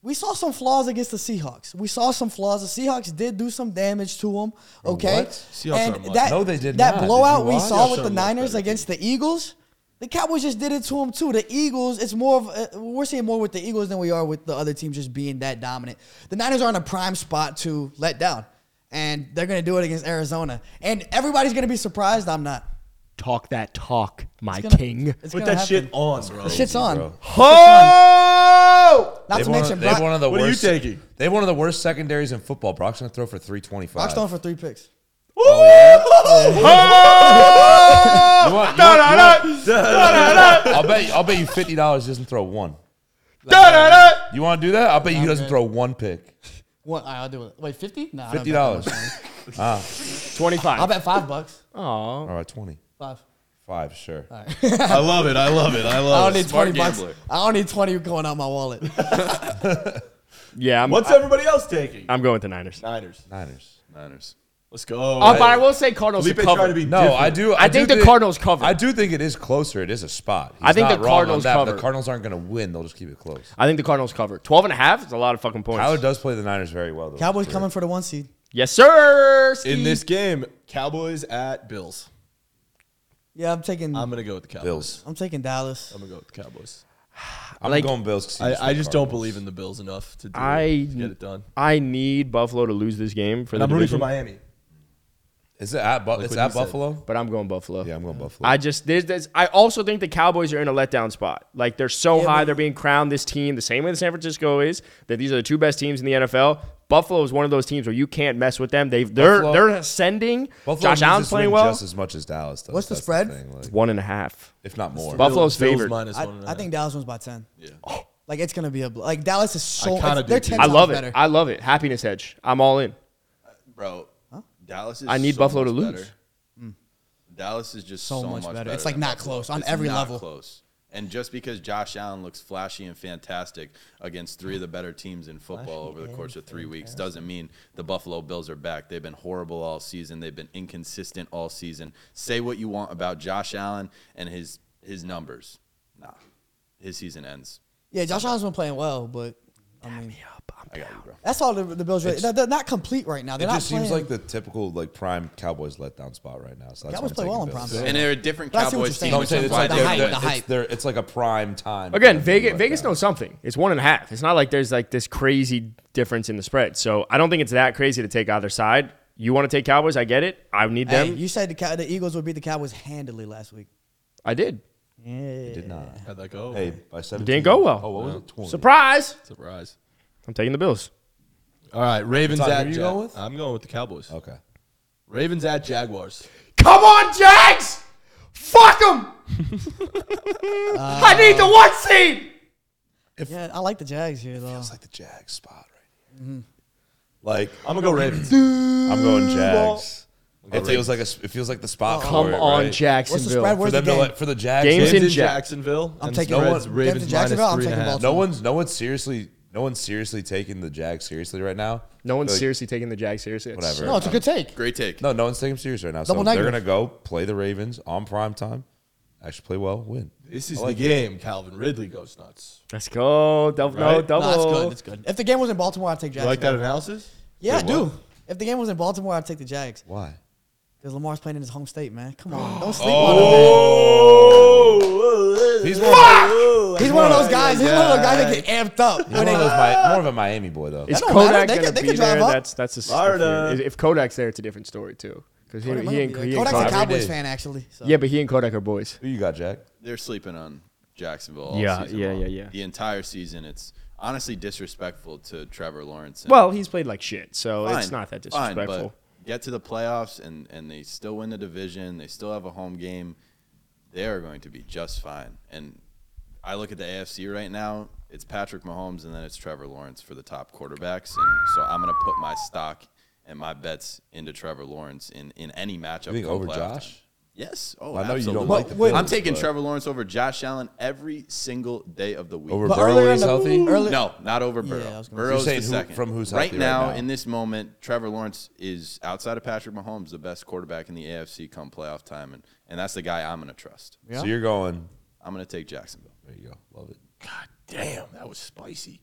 We saw some flaws against the Seahawks. We saw some flaws. The Seahawks did do some damage to them. Okay, what? Seahawks are and much- that No, they did that not. Did blowout you we watch? saw Seahawks with are the a much Niners better against the Eagles. The Cowboys just did it to them too. The Eagles, it's more of uh, we're seeing more with the Eagles than we are with the other teams just being that dominant. The Niners are in a prime spot to let down, and they're going to do it against Arizona. And everybody's going to be surprised. I'm not. Talk that talk, my It's gonna- king. it's Put gonna that happen. shit on, bro. Shit's on. bro. Ho! Not They've to one, mention they've Brock, one of the What are you worst. taking? They have one of the worst secondaries in football. Brock's gonna throw for three twenty five. Brock's throwing for three picks. Oh, You want- you want- you want- I'll bet. I'll bet you fifty dollars he doesn't throw one. You want to do that? I'll bet you he doesn't throw one pick. One, all right, I'll do it. Wait, fifty? Nah, I don't Fifty bet that dollars. much. I'll Twenty-five. bet five bucks. Aw. All right, twenty Five. five. Sure. I love it. I love it. I I love don't it. need smart twenty bucks. gambler. I don't need twenty going out my wallet. Yeah, I'm, What's everybody else taking? I'm going with the Niners. Niners. Niners. Niners. Let's go. Uh, but I will say Cardinals Felipe to tried cover. to be No, different. I do. I do think the Cardinals cover. I do think it is closer. It is a spot. He's I think not the wrong on Cardinals that, but cover. The Cardinals aren't going to win. They'll just keep it close. I think the Cardinals cover. 12 and a half is a lot of fucking points. Tyler does play the Niners very well. Though. Cowboys Sure. coming for the one seed. yes, sir. In this game, Cowboys at Bills. Yeah, I'm taking. I'm I'm, gonna go with the Cowboys. Bills. taking Dallas. I'm gonna go with the Cowboys. I'm Like- going Bills. 'cause he I, I played just don't Cardinals. believe in the Bills enough to, do I- it, to get it done. I need Buffalo to lose this game for And the I'm rooting for division, Miami. Is it at? Bu- it's what at you said. Buffalo. but I'm going Buffalo. Yeah, I'm going Buffalo. I just there's, there's I also think the Cowboys are in a letdown spot. Like they're so Yeah, high, but- they're being crowned this team the same way the San Francisco is. That these are the two best teams in the NFL. Buffalo is one of those teams where you can't mess with them. They've they're Buffalo- they're ascending. Buffalo Josh needs Allen's this playing win well. just as much as Dallas does. What's the That's spread? thing, like, one and a half. if not more. Buffalo's Bills favored. minus I, one and a I half. think Dallas wins by ten. Yeah. Like it's gonna be a bl- like Dallas is so. I kinda it's- they're do, too. ten. I times love it. better. I love it. Happiness hedge. I'm all in. Bro, Dallas is. I need so Buffalo much to lose. better. Dallas is just Hmm. So so, much better. better. It's, like, than not Buffalo. close on It's every not level. Close. And just because Josh Allen looks flashy and fantastic against three of the better teams in football over the course of three weeks doesn't mean the Buffalo Bills are back. They've been horrible all season. They've been inconsistent all season. Say what you want about Josh Allen and his his numbers. Nah, his season ends. Yeah, Josh Allen's been playing well, but I mean, I got you, bro. that's all the, the Bills. Really, they're, they're not complete right now. It They're not just seems playing- like the typical like prime Cowboys letdown spot right now. So that's why I'm Cowboys play taking well on Bills. prime And they're a different But I see what Cowboys you're team. No, I'm which saying is it's why like the they're- hype, they're- the it's- hype. they're- It's like a prime time Again, for them to Vegas, let Vegas down. knows something. It's one and a half. It's not like there's like this crazy difference in the spread. So I don't think it's that crazy to take either side. You want to take Cowboys? I get it. I need Hey, them. you said the, Cow- the Eagles would beat the Cowboys handily last week. I did. Yeah. Did not. How'd that go? Hey, by 17. Didn't go well. Oh, what was it? 20. Surprise! Surprise. I'm taking the Bills. All right, Ravens Todd, who at are you Jag- going with? I'm going with the Cowboys. Okay. Ravens at Jaguars. Come on, Jags! Fuck them! I Um, need the one seed. Yeah, I like the Jags here though. It's like the Jags spot right Mm-hmm. here. Like I'm gonna go Ravens. I'm going Jags. It feels like a, it feels like the Oh. spot. Come for it, on, right? What's the Jacksonville. spread? For Where's the them to game? let, for the Jags. Games Ravens in in Ja- Jacksonville. I'm and taking spreads, Ravens. Ravens Jacksonville, minus I'm three and a taking half. Baltimore. No one's no one's seriously no one's seriously taking the Jags seriously right now. No one's Like, seriously taking the Jags seriously. It's Whatever. No, it's a good take. Great take. No, no one's taking them serious right now. So Double they're negative. gonna go play the Ravens on prime time. Actually, play well, win. This is the game. Calvin Ridley goes nuts. Let's go. Double, No, Right? double. No, it's good. It's good. If the game was in Baltimore, I'd take You Jags. like that analysis? Yeah, I Wait, do. what? If the game was in Baltimore, I'd take the Jags Why? because Lamar's playing in his home state, man. Come on, don't sleep on him. Oh, He's more, of, Man. He's one of those guys. He's one of those guys that get amped up. he's one of those Mi- more of a Miami boy though. Is That don't Kodak matter. They going to could- they be could there? drive up. That's that's a s- Florida. if- If Kodak's there, it's a different story too. Because he, Kodak he, might ain't- be he there. ain't Kodak's a Every Kodak. Cowboys day. fan, actually. So. Yeah, but he and Kodak are boys. Who you got, Jack? They're sleeping on Jacksonville. All Yeah, season yeah, long. yeah, yeah. The entire season, it's honestly disrespectful to Trevor Lawrence. and- Well, he's played like shit, so Fine, it's not that fine, disrespectful. but get to the playoffs, and and they still win the division. They still have a home game. They are going to be just fine. And I look at the AFC right now. It's Patrick Mahomes, and then it's Trevor Lawrence for the top quarterbacks. And so I'm going to put my stock and my bets into Trevor Lawrence in in any matchup. You think come over playoff Josh? time. Yes. Oh, I know you absolutely. don't like the But wait- Bills, I'm taking but- Trevor Lawrence over Josh Allen every single day of the week. over But Burrow earlier when in he's the- healthy. earlier- no, not over Yeah, Burrow. I was gonna say- Burrow's You're saying the who- second. from who's right healthy right now, now? in this moment, Trevor Lawrence is outside of Patrick Mahomes the best quarterback in the AFC come playoff time, and, and that's the guy I'm going to trust. Yeah. So you're going. I'm going to take Jacksonville. There you go. Love it. damn, that was spicy.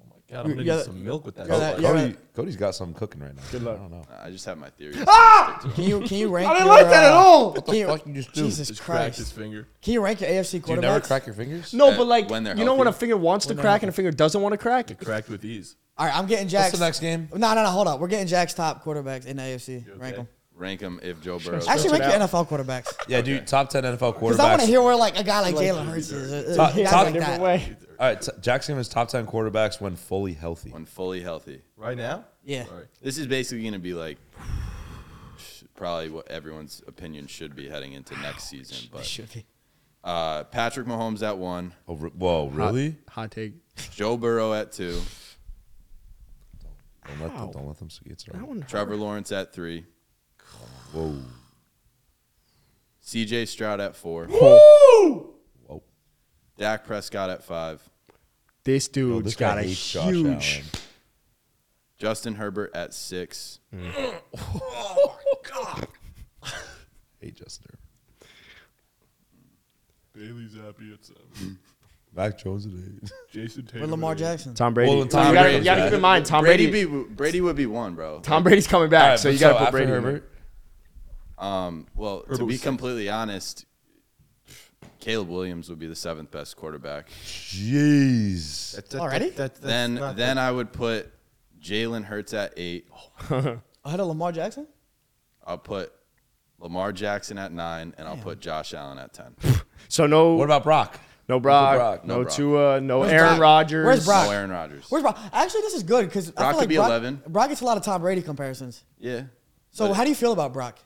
Oh my god, I'm gonna Yeah, get some milk with that. Oh, yeah, that- Cody, right. Cody's got something cooking right now. Good luck. I don't know. I just have my theory. Can you can you rank? didn't your, like that at uh, all. can you- fuck you just do? Jesus Just cracked his Christ! finger. Can you rank your AFC Do you never quarterbacks? crack your fingers? no, Uh, but like when they're you know when a healthy. finger wants to crack and a finger doesn't want to crack. Cracked with ease. All right, I'm getting What's Jags. the next game? No, no, no. Hold up. We're getting Jack's top quarterbacks in the AFC. Rank them. Rank him if Joe Burrow. Actually, rank it your NFL quarterbacks. Yeah, dude. Top ten NFL quarterbacks. Because I want to hear where like a guy like Jalen Hurts is. Uh, Top- uh, guys top- like that. way. All right, t- Jackson was top ten quarterbacks when fully healthy. when fully healthy. Right now? Yeah. All right. This is basically going to be like probably what everyone's opinion should be heading into next season. But Should be. uh, Patrick Mahomes at one, Oh, re- whoa, really? Hot take. Joe Burrow at two, Don't let them. Don't let them. see- It's all right. Trevor Lawrence at three, Whoa. C.J. Stroud at four, Whoa. Dak Prescott at five, This dude's Yo, this guy got a hates Josh huge. Allen. Justin Herbert at six. Oh, Hate Justin. Herbert. Bailey's happy at seven. Mac Jones at eight. Jason Taylor. With Hmm. Lamar Jackson. Tom Brady. Well, Tom you gotta, Brady's you gotta back. keep in mind Tom Brady. Brady, be, Brady would be one, bro. Tom Brady's coming back, All right, so but you gotta put after Brady. in there. Herbert. Um, well, Herbert to was be six. completely honest, Caleb Williams would be the seventh best quarterback. Jeez. Already? then, then I would put Jalen Hurts at eight. Ahead of Lamar Jackson? I'll put Lamar Jackson at nine, and I'll put Josh Allen at ten. So no, What about Brock? no Brock, Brock? no, No Brock. Tua, no Where's Aaron Brock? Rodgers. Where's Brock? No Aaron Rodgers. Where's Brock? Actually, this is good because I Brock feel could like be Brock, 11. Brock gets a lot of Tom Brady comparisons. yeah. So But how do you feel about Brock?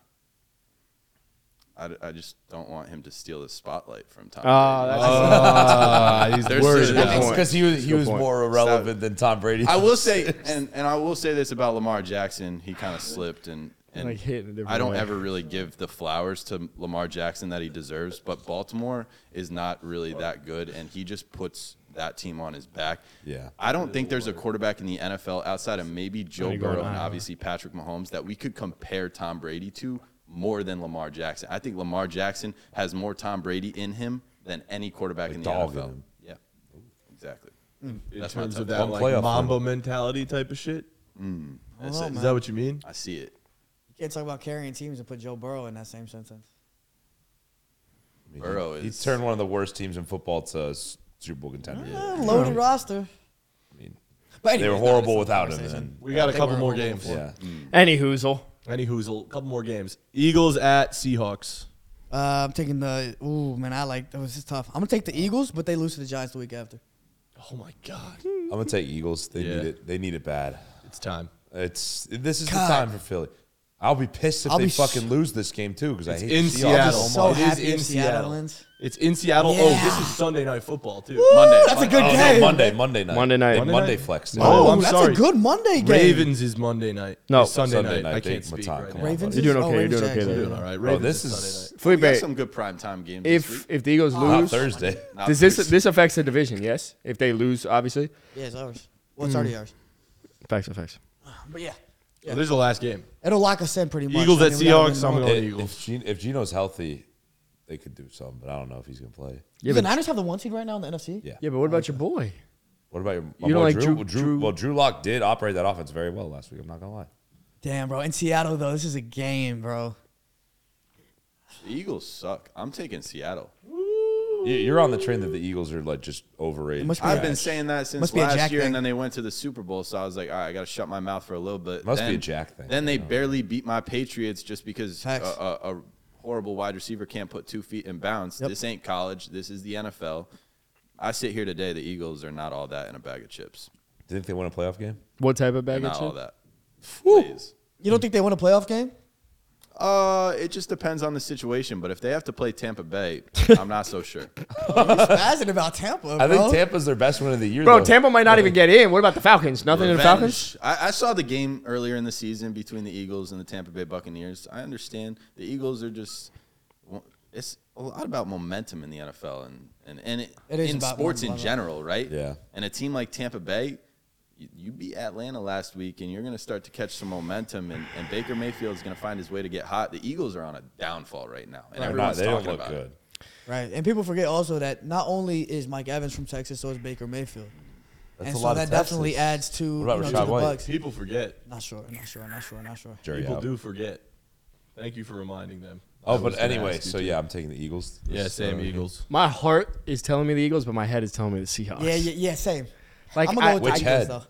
I, d- I just don't want him to steal the spotlight from Tom. Ah, Brady. that's Uh, he's There's worried. certain- I think point. because he was he Good was point. more irrelevant than Tom Brady. I will say, and, and I will say this about Lamar Jackson. He kind of slipped, and And Like, hit in a different I don't way. ever really give the flowers to Lamar Jackson that he deserves, but Baltimore is not really that good, and he just puts that team on his back. Yeah. I don't think there's a quarterback in the NFL outside of maybe Joe you going Burrow and on? obviously Patrick Mahomes that we could compare Tom Brady to more than Lamar Jackson. I think Lamar Jackson has more Tom Brady in him than any quarterback in the dog in NFL. him. Yeah, exactly. in That's my terms tough of that One like playoff Mm. Mamba mentality type of shit. That's Hold it. on, Is man. that what you mean? I see it. You can't talk about carrying teams and put Joe Burrow in that same sentence. I mean, Burrow he is- turned one of the worst teams in football to a Super Bowl contender. Eh, loaded roster. I mean, But they were anyways, horrible not without this him. conversation. Then. We got a They couple were more horrible games. before. Yeah. Any hoozle. Any who's a couple more games. Eagles at Seahawks. Uh, I'm taking the. Ooh, man, I like. That was just tough. I'm gonna take the Eagles, but they lose to the Giants the week after. Oh my god, I'm gonna take Eagles. They Yeah. need it. They need it bad. it's time. It's this is God. the time for Philly. I'll be pissed if I'll they be fucking lose this game too because I hate In the Seahawks. Seattle, just so It is happy in if Seattle wins. It's in Seattle. Oh, Yeah. this is Sunday night football too. Monday. that's a good Oh, no, game. Monday, Monday night, Monday night. They Monday Monday night. flexed. Oh, I'm Ooh, that's sorry. a good Monday game. Ravens is Monday night. No. It's Sunday, Sunday night. night. I They- can't speak. Matan, right come now. on. Ravens. You're doing is- oh, okay, you're Ravens doing okay Jags. there. Doing all right. Bro, Ravens Oh, this Sunday night. is We Felipe, got some good primetime games. this if week. if the Eagles not lose, Thursday. Not does this Thursday. this affects the division? Yes, if they lose, obviously. Yeah, it's ours. Well, it's Hmm. already ours. Facts, facts. But yeah, Oh, this is the last game. it'll lock us in pretty much. Eagles I at mean, we gotta win Seahawks. the I'm Monday. going If- Eagles. If, Gino, if Gino's healthy, they could do something, but I don't know if he's gonna play. Yeah, the but, Niners have the one seed right now in the NFC. Yeah. yeah, but what about your boy? What about your? My You don't boy like Drew? Drew- Well, Drew, Drew- Well, Drew Lock did operate that offense very well last week. I'm not gonna lie. Damn, bro. In Seattle though, this is a game, bro. The Eagles suck. I'm taking Seattle. You- You're on the train that the Eagles are like just overrated. It must be I've a- been saying that since Must be a last Jack year, thing. and then they went to the Super Bowl, so I was like, all right, I got to shut my mouth for a little bit. Must be then, a Jack thing. Then they barely beat my Patriots just because Facts. a, a, a horrible wide receiver can't put two feet in bounds. Yep. This ain't college. This is the NFL. I sit here today. The Eagles are not all that in a bag of chips. Do you think they win a playoff game? What type of They're bag? not all of that. Please. You don't think they won a playoff game? Uh, it just depends on the situation. But if they have to play Tampa Bay, I'm not so sure. Spazzing about Tampa, bro. I think Tampa's their best win of the year. Bro, though. Tampa might not even get in. What about the Falcons? Nothing in the Falcons. Revenge. I, I saw the game earlier in the season between the Eagles and the Tampa Bay Buccaneers. I understand the Eagles are just it's a lot about momentum in the NFL and and and it, It is in about sports in momentum. general, right? Yeah. And a team like Tampa Bay. you- You beat Atlanta last week, and you're going to start to catch some momentum, and, and Baker Mayfield is going to find his way to get hot. The Eagles are on a downfall right now, They're and not, everyone's they don't talking look about good. it. Right. And people forget also that not only is Mike Evans from Texas, so is Baker Mayfield. That's and a so lot that of definitely Texas. adds to, you What about know, to Rashad the White? Bucks. People forget. Not sure, not sure, not sure, not sure. Jerry People out. do forget. Thank you for reminding them. I Oh, was but gonna anyway, ask you so to. yeah, I'm taking the Eagles. yeah, This, Sam uh, Eagles. My heart is telling me the Eagles, but my head is telling me the Seahawks. Yeah, yeah, yeah, same. Like, I'm gonna I- go with Which the head? Eagles, though.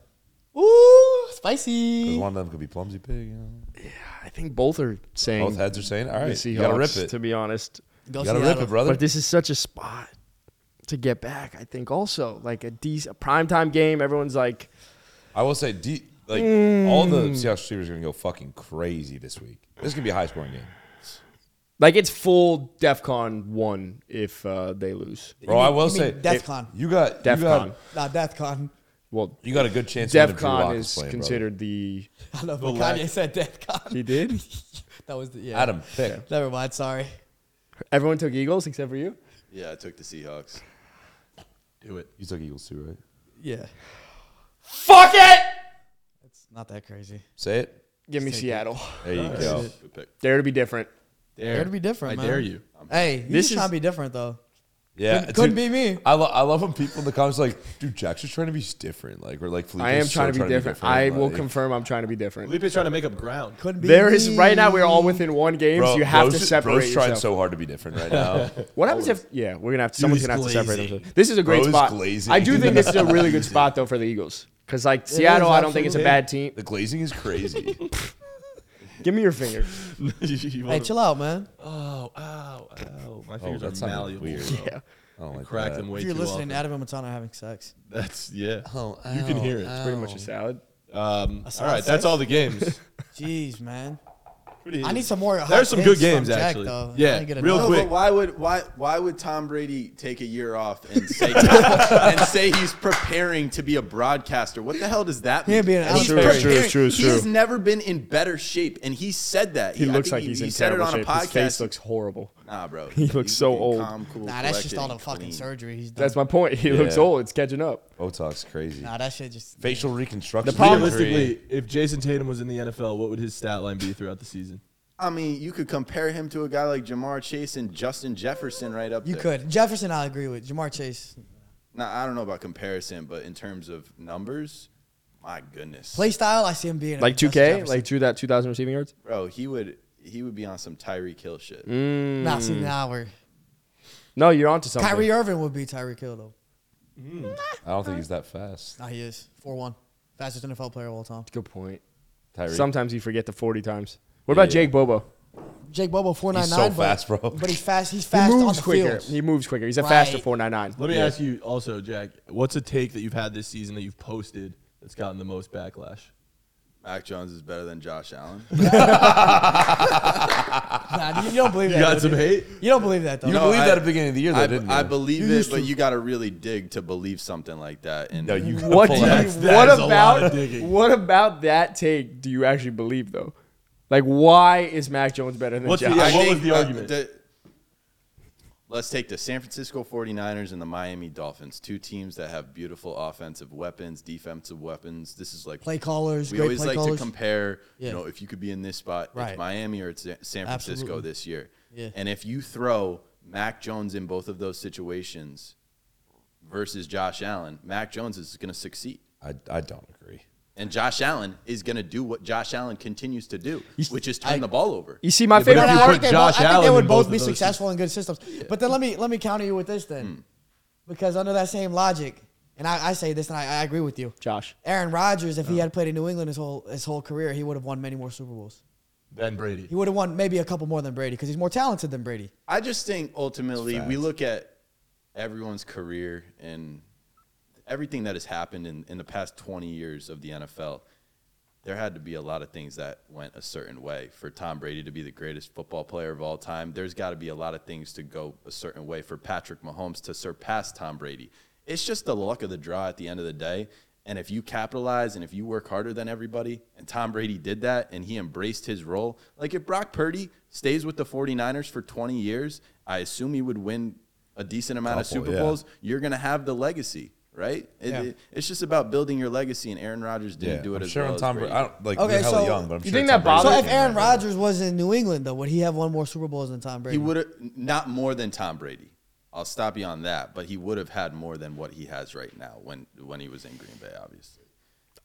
Ooh, 'cause spicy. One of them could be Plumsy Pig. You know? I think both are saying Both heads are saying, "All the right, Seahawks. you gotta rip it. To be honest, Go you gotta Seattle. rip it, brother." but this is such a spot to get back. I think also like a decent primetime game. Everyone's like, I will say, D, like all the Hmm. Seahawks receivers are gonna go fucking crazy this week. This is gonna be a high scoring game, like it's full DefCon one if uh, they lose. bro. I will you mean say, Def Con. You got Def you got, DefCon. Nah, DeathCon. Well, you got a good chance. of winning if Drew Lock DefCon is playing, brother. considered the. I know, but lack- Kanye said DeathCon. He did. That was the, yeah. Adam pick. Never mind, sorry. Everyone took Eagles except for you. Yeah, I took the Seahawks. Do it. You took Eagles too, right? Yeah. Fuck it. It's not that crazy. Say it. Give me Seattle. There Uh, you go. Good pick. Dare to be different. Dare. Dare to be different, I man. dare you. Hey, you This just trying is- to be different though. Yeah, Couldn't- dude, couldn't be me. I, lo- I love when people in the comments are like, dude, Jack's just trying to be different. Like, we're like, Felipe's I am so trying to be different. I will confirm I'm trying to be different. Felipe's trying to make up ground. Couldn't be. There is me. right now we're all within one game. Bro, so you have bro's, to separate Bro's trying yourself. so hard to be different right now. What happens if? Yeah, we're gonna have to, someone's he's gonna have to separate glazing. themselves. This is a great Bro is spot. glazing. I do think this is a really good spot though for the Eagles because like Seattle, I don't think it's a bad team. the glazing is crazy. Give me your finger. You Hey, wanna- chill out, man. Oh, ow, ow. My fingers Oh, that are sounded malleable. weird. bro. Yeah. I don't like Crack that. them way If you're too often. listening, Adam and Matana are having sex. Uh, That's yeah. Oh, you can ow, hear it. Pretty much a salad. Um, all sound right, that's sex? all the games. Jeez, man. Pretty I easy. need some more. hot There's some takes good games from Jack, actually. though. I yeah, ain't gonna real lie. No, quick. but why would why why would Tom Brady take a year off and say and say he's preparing to be a broadcaster? What the hell does that mean? Yeah, being an He's outfielder. It's true, it's true, it's He has true. never been in better shape, and he said that. He I looks think like he's he in said it terrible on shape. a podcast. His face looks horrible. nah, bro. He looks so looking old. Calm, cool, Nah, that's just collected, all the and fucking clean. surgery he's done. That's my point. He looks Yeah. old. It's catching up. Botox crazy. Nah, that shit just. Facial reconstruction. Realistically, if Jason Tatum was in the NFL, what would his stat line be throughout the season? I mean, you could compare him to a guy like Jamar Chase and Justin Jefferson right up You there. could. Jefferson, I agree with. Jamar Chase. Now, I don't know about comparison, but in terms of numbers, my goodness. Play style, I see him being. a Like Justin 2K, Jefferson. like two that 2,000 receiving yards. Bro, he would he would be on some Tyreek Hill shit. Nah, see, now we're. No, you're onto something. Kyrie Irving would be Tyreek Hill, though. I don't think he's that fast. Nah, he is. 4 1. Fastest NFL player of all time. Good point. Tyree. Sometimes you forget the 40 times. What about Yeah. Jake Bobo? Jake Bobo, 499. so but- fast, bro. But he's fast. He's fast on the quicker. field. He moves quicker. He's a Right. faster 499. Let me ask you also, Jack. What's a take that you've had this season that you've posted that's gotten the most backlash? Mac Jones is better than Josh Allen. Nah, you you don't believe that. You got though, some dude. hate. You don't believe that, though. You believed that at the beginning of the year, though, I, didn't you? I believe You it, used but to- you got to really dig to believe something like that. And no, you. What do you, That's- that what is a lot of about digging. what about that take? Do you actually believe though? Like, why is Mac Jones better than What's the- Josh? yeah, I what was think, the uh, argument? the- let's take the San Francisco 49ers and the Miami Dolphins, two teams that have beautiful offensive weapons, defensive weapons. This is like Play callers, We great always play like callers. to compare, Yeah. you know, if you could be in this spot, Right. it's Miami or it's San Francisco Absolutely. this year. Yeah. And if you throw Mac Jones in both of those situations versus Josh Allen, Mac Jones is going to succeed. I, I don't agree. And Josh Allen is going to do what Josh Allen continues to do, which is turn the ball over. You see, my but favorite. if you I, put think they, Josh both, I think Allen they in would both both of be those Hmm. successful in good systems. But then let me let me counter you with this then, because under that same logic, and I, I say this and I, I agree with you, Josh. Aaron Rodgers, Oh. if he had played in New England his whole his whole career, he would have won many more Super Bowls. Ben Brady. He would have won maybe a couple more than Brady because he's more talented than Brady. I just think ultimately It's we facts. look at everyone's career and everything that has happened in, in the past 20 years of the NFL. There had to be a lot of things that went a certain way for Tom Brady to be the greatest football player of all time. There's got to be a lot of things to go a certain way for Patrick Mahomes to surpass Tom Brady. It's just the luck of the draw at the end of the day. And if you capitalize and if you work harder than everybody, and Tom Brady did that and he embraced his role, like if Brock Purdy stays with the 49ers for 20 years, I assume he would win a decent amount of Couple, Super yeah. Bowls. You're going to have the legacy, right? It, Yeah. it- it's just about building your legacy, and Aaron Rodgers didn't Yeah, do it I'm as sure well. on as Tom Brady. Brady. I don't, like, Okay, okay, hella so yothing, but I'm you sure think Tom that Brady's So bothers- not if doing Aaron that right Rodgers was in New England though, would he have won more Super Bowls than Tom Brady? He would have not more than Tom Brady. I'll stop you on that, but he would have had more than what he has right now when when he was in Green Bay, obviously.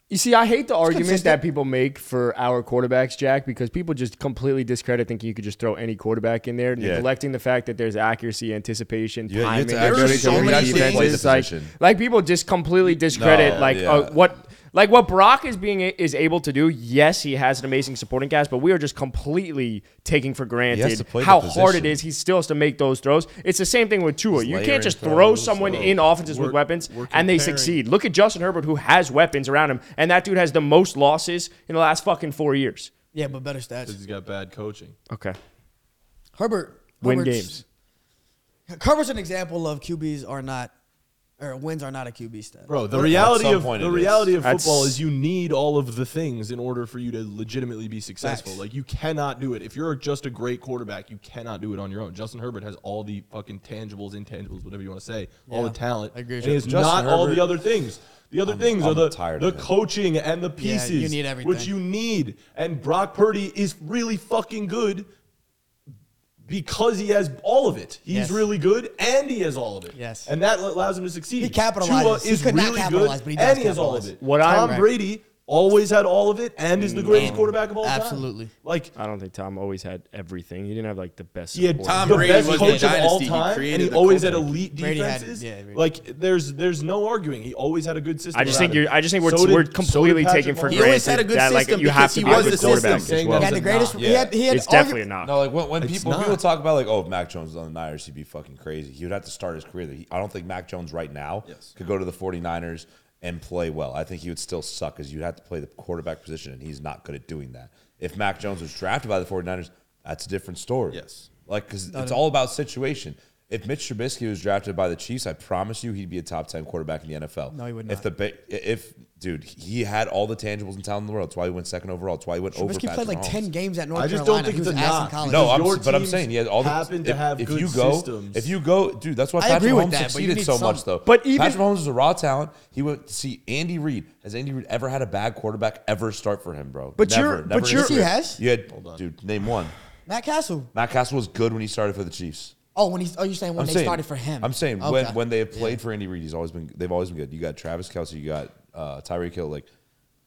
You see, I hate the argument consistent. that people make for our quarterbacks, Jack, because people just completely discredit thinking you could just throw any quarterback in there, Yeah. neglecting the fact that there's accuracy, anticipation, Yeah, you have timing, to actually- ability There are so to read many defenses. things. Play the Like, position. like people just completely discredit No, like yeah. uh, what like what Brock is being is able to do. Yes, he has an amazing supporting cast, but we are just completely taking for to granted play the how hard it position. is. He still has to make those throws. It's the same thing with Tua. He's You layering can't just throw throws, uh, someone so in offenses with we're- weapons we're and they comparing- succeed. Look at Justin Herbert, who has weapons around him, and that dude has the most losses in the last fucking four years. yeah, but better 'Cause stats. he's got bad coaching. Okay. Herbert Win Herbert's- games. Herbert's an example of QBs are not, or wins are not a QB stat. Bro, the reality some of point the it is. reality of That's- football is you need all of the things in order for you to legitimately be successful. Facts. Like you cannot do it if you're just a great quarterback. You cannot do it on your own. Justin Herbert has all the fucking tangibles, intangibles, whatever you want to say, all the Yeah, talent. I agree with and he you. has Justin not all Herbert- the other things. The other things are I'm the tired the of him. coaching and the pieces, you need which everything. you need. And Brock Purdy is really fucking good. Because he has all of it, he's Yes. really good, and he has all of it. Yes. and that allows him to succeed. He capitalizes. Tua He is could not really capitalize, good, but he does and he has all of capitalize. it. What I- Tom Right. Brady always had all of it, and is the greatest quarterback of all time. Mm. Absolutely. Like I don't think Tom always had everything. He dynasty, didn't have like the best. he had Tom the Brady best was the coach of all dynasty. He time, and created he the always culture. had elite Brady had- defenses. yeah, Brady- Like there's there's no arguing. He always had a good system. I just around think him. you're. I just think we're, So did- we're so did completely Patrick taking for Mahomes. He always granted had a good that like system you have because to he be a was good the quarterback system. as Saying well. He had It's the a greatest. knock. He Yeah. had, he had It's argu- definitely not. No, like when, when It's people not. people talk about like, oh, if Mac Jones was on the Niners, he'd be fucking crazy. He would have to start his career. there. He, I don't think Mac Jones right now Yes. could go to the 49ers and play well. I think he would still suck because you'd have to play the quarterback position, and he's not good at doing that. If Mac Jones was drafted by the 49ers, that's a different story. Yes. Like, because it's all about situation. If Mitch Trubisky was drafted by the Chiefs, I promise you he'd be a top 10 quarterback in the NFL. No, he would If the ba- if dude, he had all the tangibles and talent in the world. That's why he went second overall. That's why he went over. Trubisky played Patrick like Mahomes. ten games at North I just don't Carolina. think He it's was enough. ass in college. No, I'm, Your but I'm teams saying, yeah, all the happen to if, have if good you go, systems. If you go, dude, that's why I Patrick agree with Mahomes that, but you succeeded need so some. much, though. But even- Patrick Mahomes is a raw talent. He went to see Andy Reid. Has Andy Reid ever had a bad quarterback ever start for him, bro? But never, you're- never but in his you're- Yes, he career. has. You had, dude, name one. Matt Castle. Matt Castle was good when he started for the Chiefs. Oh, when he's oh, you're saying when I'm they saying, started for him. I'm saying Okay. when when they have played for Andy Reid, he's always been they've always been good. You got Travis Kelsey, you got uh, Tyreek Hill. Like,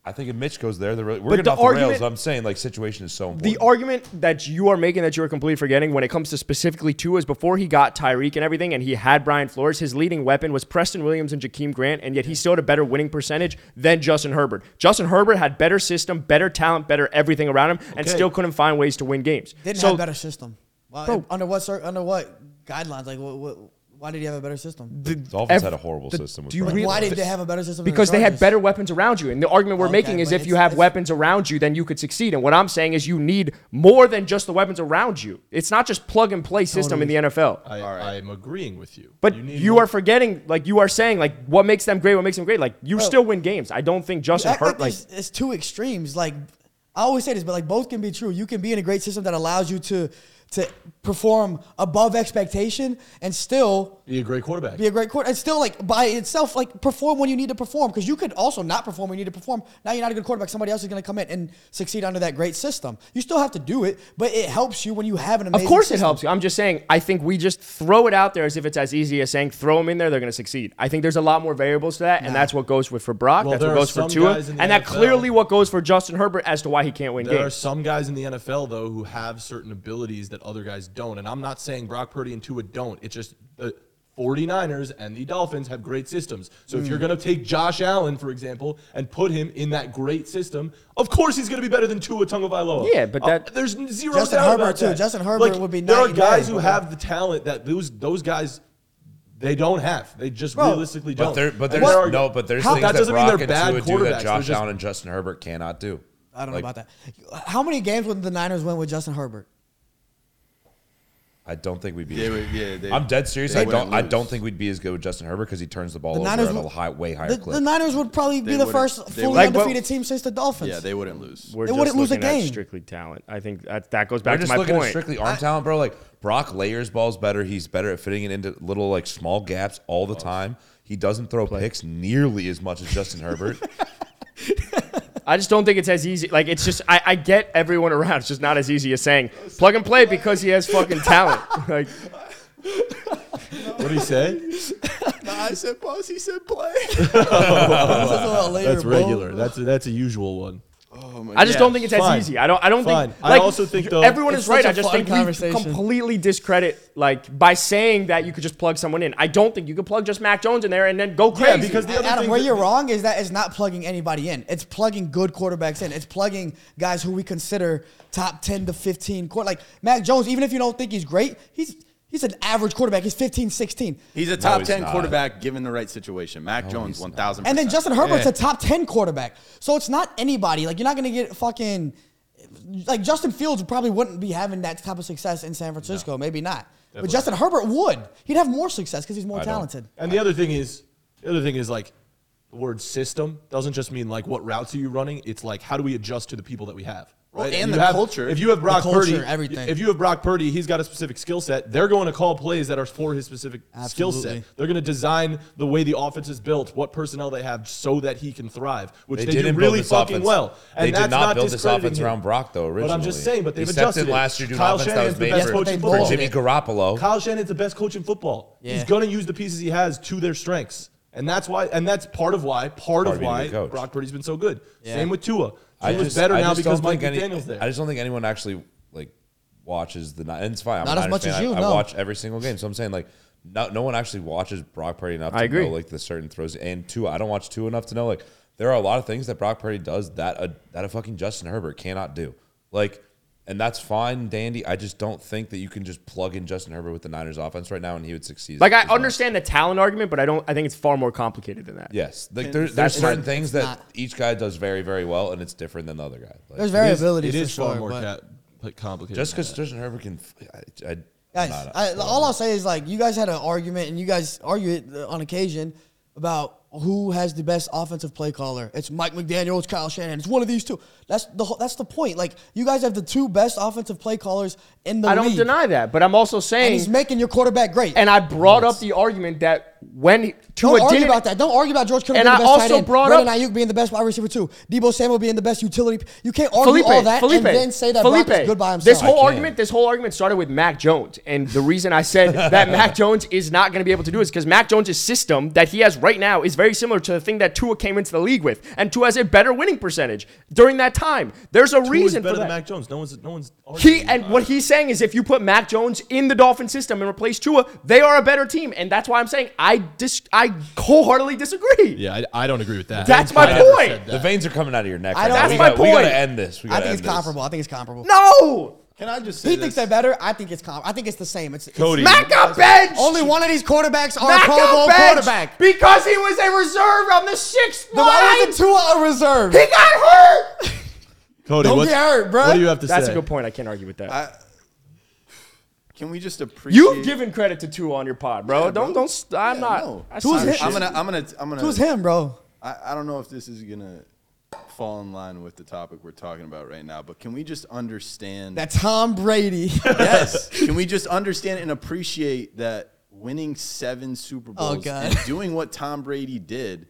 I think if Mitch goes there, they're really, we're But getting the off the rails. argument- I'm saying like situation is so important. The argument that you are making that you are completely forgetting when it comes to specifically Tua is before he got Tyreek and everything and he had Brian Flores, his leading weapon was Preston Williams and Jakeem Grant, and yet he still had a better winning percentage than Justin Herbert. Justin Herbert had better system, better talent, better everything around him, and Okay. still couldn't find ways to win games. Didn't so have a better system. Well, Bro. under what cir- under what guidelines? Like what, what why did he have a better system? the Dolphins ev- had a horrible the- system with do you Brian really- Why did they have a better system? than the because they had Chargers? better weapons around you. And the argument we're Okay, making is but if you it's- have it's- weapons around you, then you could succeed. And what I'm saying is you need more than just the weapons around you. It's not just plug and play system in the NFL. I, I'm agreeing with you. But you, need are forgetting, like you are saying, like what makes them great? What makes them great? Like you still win games. I don't think You Justin act like, Hurt like there's- it's two extremes. Like I always say this, but like both can be true. You can be in a great system that allows you to to perform above expectation and still be a great quarterback. be a great quarterback. And still, like by itself, like perform when you need to perform because you could also not perform when you need to perform. Now you're not a good quarterback. Somebody else is going to come in and succeed under that great system. You still have to do it, but it helps you when you have an amazing. Of course it system. helps you. I'm just saying, I think we just throw it out there as if it's as easy as saying throw them in there, they're going to succeed. I think there's a lot more variables to that, and that's what goes with for Brock, Well, that's what there are goes for some Tua, guys in and the that NFL clearly what goes for Justin Herbert as to why he can't win There are games. some guys in the NFL though who have certain abilities that other guys don't, and I'm not saying Brock Purdy and Tua don't. It's just the 49ers and the Dolphins have great systems. So if you're Hmm. going to take Josh Allen, for example, and put him in that great system, of course he's going to be better than Tua Tagovailoa. Yeah, but Uh, that- there's n- zero Justin doubt Herbert, about too. that. Justin Herbert would be There are night and guys day. who have the talent that those those guys they don't have. They just Bro. realistically don't. But there, but And there's there are- no, but there's How- things that that, doesn't mean Brock they're bad and Tua do that quarterbacks. They're Josh just- Allen and Justin Herbert cannot do. I don't Like, know about that. How many games would the Niners win with Justin Herbert? I don't think we'd be. They would- yeah, they- I'm dead serious. they I don't. wouldn't I lose. don't think we'd be as good with Justin Herbert because he turns the ball The over Niners Oh, at a would- high, way higher The, clip. the Niners would probably They be the wouldn't- first they fully wouldn't. Like, but- undefeated team since the Dolphins. Yeah, they wouldn't lose. We're They wouldn't lose a looking at game. strictly talent. I think that, that goes We're back to just my looking point. at strictly arm talent, bro. Like Brock layers balls better. He's better at fitting it into little like small gaps all the time. He doesn't throw picks nearly as much as Justin Herbert. I just don't think it's as easy. Like it's just I, I get everyone around. It's just not as easy as saying plug and play because he has fucking talent. like what do you say? I said pause. He said play. That's a little later, That's bro. regular. That's a, that's a usual one. I just Yeah, don't think it's fine. as easy. I don't. I don't Fine. think. I Like, also think, though, everyone is it's right. such a I just fun think we conversation. completely discredit like by saying that you could just plug someone in. I don't think you could plug just Mac Jones in there and then go crazy. because the other Adam, thing where that- you're wrong is that it's not plugging anybody in. It's plugging good quarterbacks in. It's plugging guys who we consider top 10 to 15 quarter. Like Mac Jones, even if you don't think he's great, he's he's an average quarterback. He's 15, 16. He's a top he's ten not. quarterback given the right situation. Mac Jones, he's not. one thousand. And then Justin Herbert's a top 10 quarterback. So it's not anybody. Like you're not going to get fucking like Justin Fields probably wouldn't be having that type of success in San Francisco. Maybe not. But Justin Herbert would. He'd have more success because he's more I don't. talented. And the other thing is, the other thing is like the word system doesn't just mean like what routes are you running. It's like how do we adjust to the people that we have. Well, Right? If and you the have- culture. If you have Brock culture, Purdy, everything. If you have Brock Purdy, he's got a specific skill set. They're going to call plays that are for his specific skill set. Absolutely. They're going to design the way the offense is built, what personnel they have, so that he can thrive, which They they, didn't do build really this fucking offense. well. They did that's not build this discrediting offense him. around Brock, though, But I'm just originally. saying, but they've He stepped adjusted in it. last year to an Kyle offense that was Shanahan's made the best for- coach in for football. Jimmy Garoppolo. Kyle Shannon's the best coach in football. He's Yeah. gonna use the pieces he has to their strengths, and that's why, and that's part of why, part, of of being a why good coach. Brock Purdy's been so good. Yeah. Same with Tua. I Tua's just- better I now just because don't Mike think any- McDaniel's there. I just don't think anyone actually like watches the. Ni- And it's fine. I'm Not a as Niners much fan. as I- you, I, no. watch every single game, so I'm saying like. No, no one actually watches Brock Purdy enough to I agree. know like the certain throws and two. I don't watch two enough to know like there are a lot of things that Brock Purdy does that a that a fucking Justin Herbert cannot do. Like, and that's fine, dandy. I just don't think that you can just plug in Justin Herbert with the Niners offense right now and he would succeed. Like I as well. understand the talent argument, but I don't. I think it's far more complicated than that. Yes, like there, It's there's not- certain it's things that not. each guy does very, very well, and it's different than the other guy. Like, There's It is- variability. It for is far sure, more but- cat, like, complicated. just than because Justin Herbert can, I, I, Guys, I'm not- I, all I'll say is like you guys had an argument, and you guys argue it uh, on occasion about who has the best offensive play caller. It's Mike McDaniel, it's Kyle Shanahan, it's one of these two. That's the whole- that's the point. Like you guys have the two best offensive play callers in the I don't league, deny that, but I'm also and saying, he's and, making your quarterback great. I brought up the argument that when he- Tua don't argue didn't, about that. Don't argue about George Kittle And being I the best tight also end, brought Brandon up- Ayuk being the best wide receiver too, Debo Samuel being the best utility. You can't argue Felipe, all that Felipe, and then say that Felipe, Brock is good by himself. This I whole can't. argument, this whole argument started with Mac Jones, and the reason I said that Mac Jones is not going to be able to do it is because Mac Jones' system that he has right now is very similar to the thing that Tua came into the league with, and Tua has a better winning percentage during that time. There's a that. Who is reason better for than that. Mac Jones? No one's. No one's He arguing and about what it. he's saying is if you put Mac Jones in the Dolphin system and replace Tua, they are a better team. And that's why I'm saying I dis- I wholeheartedly disagree. Yeah, I, I don't agree with that. That's my I never point. said the that. veins are coming out of your neck. I right don't- now. That's we my got, We point. gotta end this. We I gotta think end it's this. comparable. I think it's comparable. No! Can I just say He this? thinks they're better. I think it's com- I think it's the same. It's, it's Cody. Mac got benched! Only one of these quarterbacks are a Mac Pro got Bowl benched quarterback. Because he was a reserve on the sixth Then why line. wasn't Tua a reserve? he got hurt. Cody, Don't what's- get hurt, bruh. What do you have to That's say? a good point. I can't argue with that. Can we just appreciate? You've given credit to Tua on your pod, bro. Yeah, don't bro. don't. St- I'm Yeah, not. no. I Tua's sign hit- shit. I'm gonna. I'm gonna. I'm gonna. It was him, bro. I, I don't know if this is gonna fall in line with the topic we're talking about right now, but can we just understand? That Tom Brady. yes. Can we just understand and appreciate that winning seven Super Oh, Bowls God. and doing what Tom Brady did?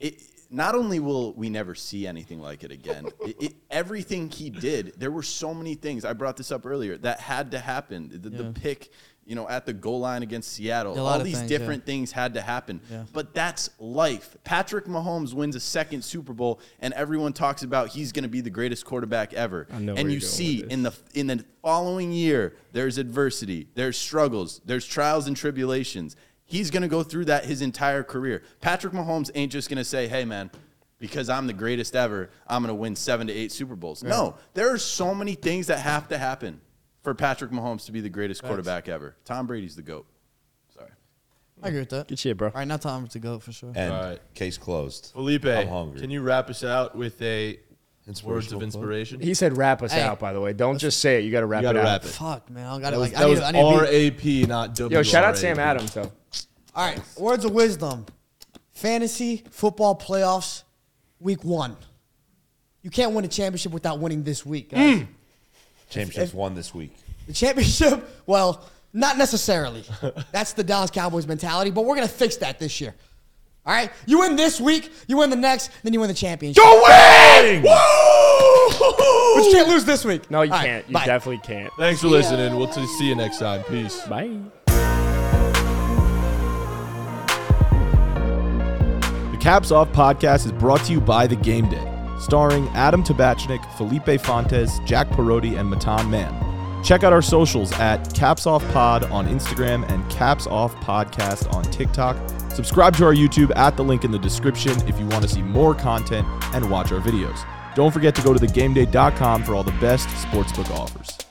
It not only will we never see anything like it again. it, it- everything he did, there were so many things. I brought this up earlier that had to happen. The, the pick, you know, at the goal line against Seattle, A lot all of these things, yeah. different things had to happen. But that's life. Patrick Mahomes wins a second Super Bowl, and everyone talks about he's going to be the greatest quarterback ever. know where and you you're going see with in the in the following year, there's adversity, there's struggles, there's trials and tribulations. He's going to go through that his entire career. Patrick Mahomes ain't just going to say, "Hey, man." Because I'm the greatest ever, I'm gonna win seven to eight Super Bowls. No, there are so many things that have to happen for Patrick Mahomes to be the greatest quarterback ever. Tom Brady's the GOAT. Sorry. I agree with that. Good shit, bro. All right, now Tom's to go for sure. End. All right. Case closed. Felipe, I'm hungry. can you wrap us out with a words of quote? inspiration? He said, "Wrap us Hey. out." By the way, don't just say it. You got to wrap you got to it out. wrap it. Fuck, man. I got That to was, like, that I was need, I need to be. R.A.P., not W. Yo, shout out Sam Adams though. All right, words of wisdom. Fantasy football playoffs, week one. You can't win a championship without winning this week. guys. Championships won this week. The championship, well, not necessarily. That's the Dallas Cowboys mentality, but we're going to fix that this year. All right? You win this week, you win the next, then you win the championship. Go winning! But you can't lose this week. No, you All right, can't. You bye. definitely can't. Thanks for listening. We'll t- see you next time. Peace. Bye. The Caps Off podcast is brought to you by The Game Day, starring Adam Tabachnik, Felipe Fontes, Jack Perotti, and Matan Mann. Check out our socials at Caps Off Pod on Instagram and Caps Off Podcast on TikTok. Subscribe to our YouTube at the link in the description if you want to see more content and watch our videos. Don't forget to go to thegameday.com for all the best sportsbook offers.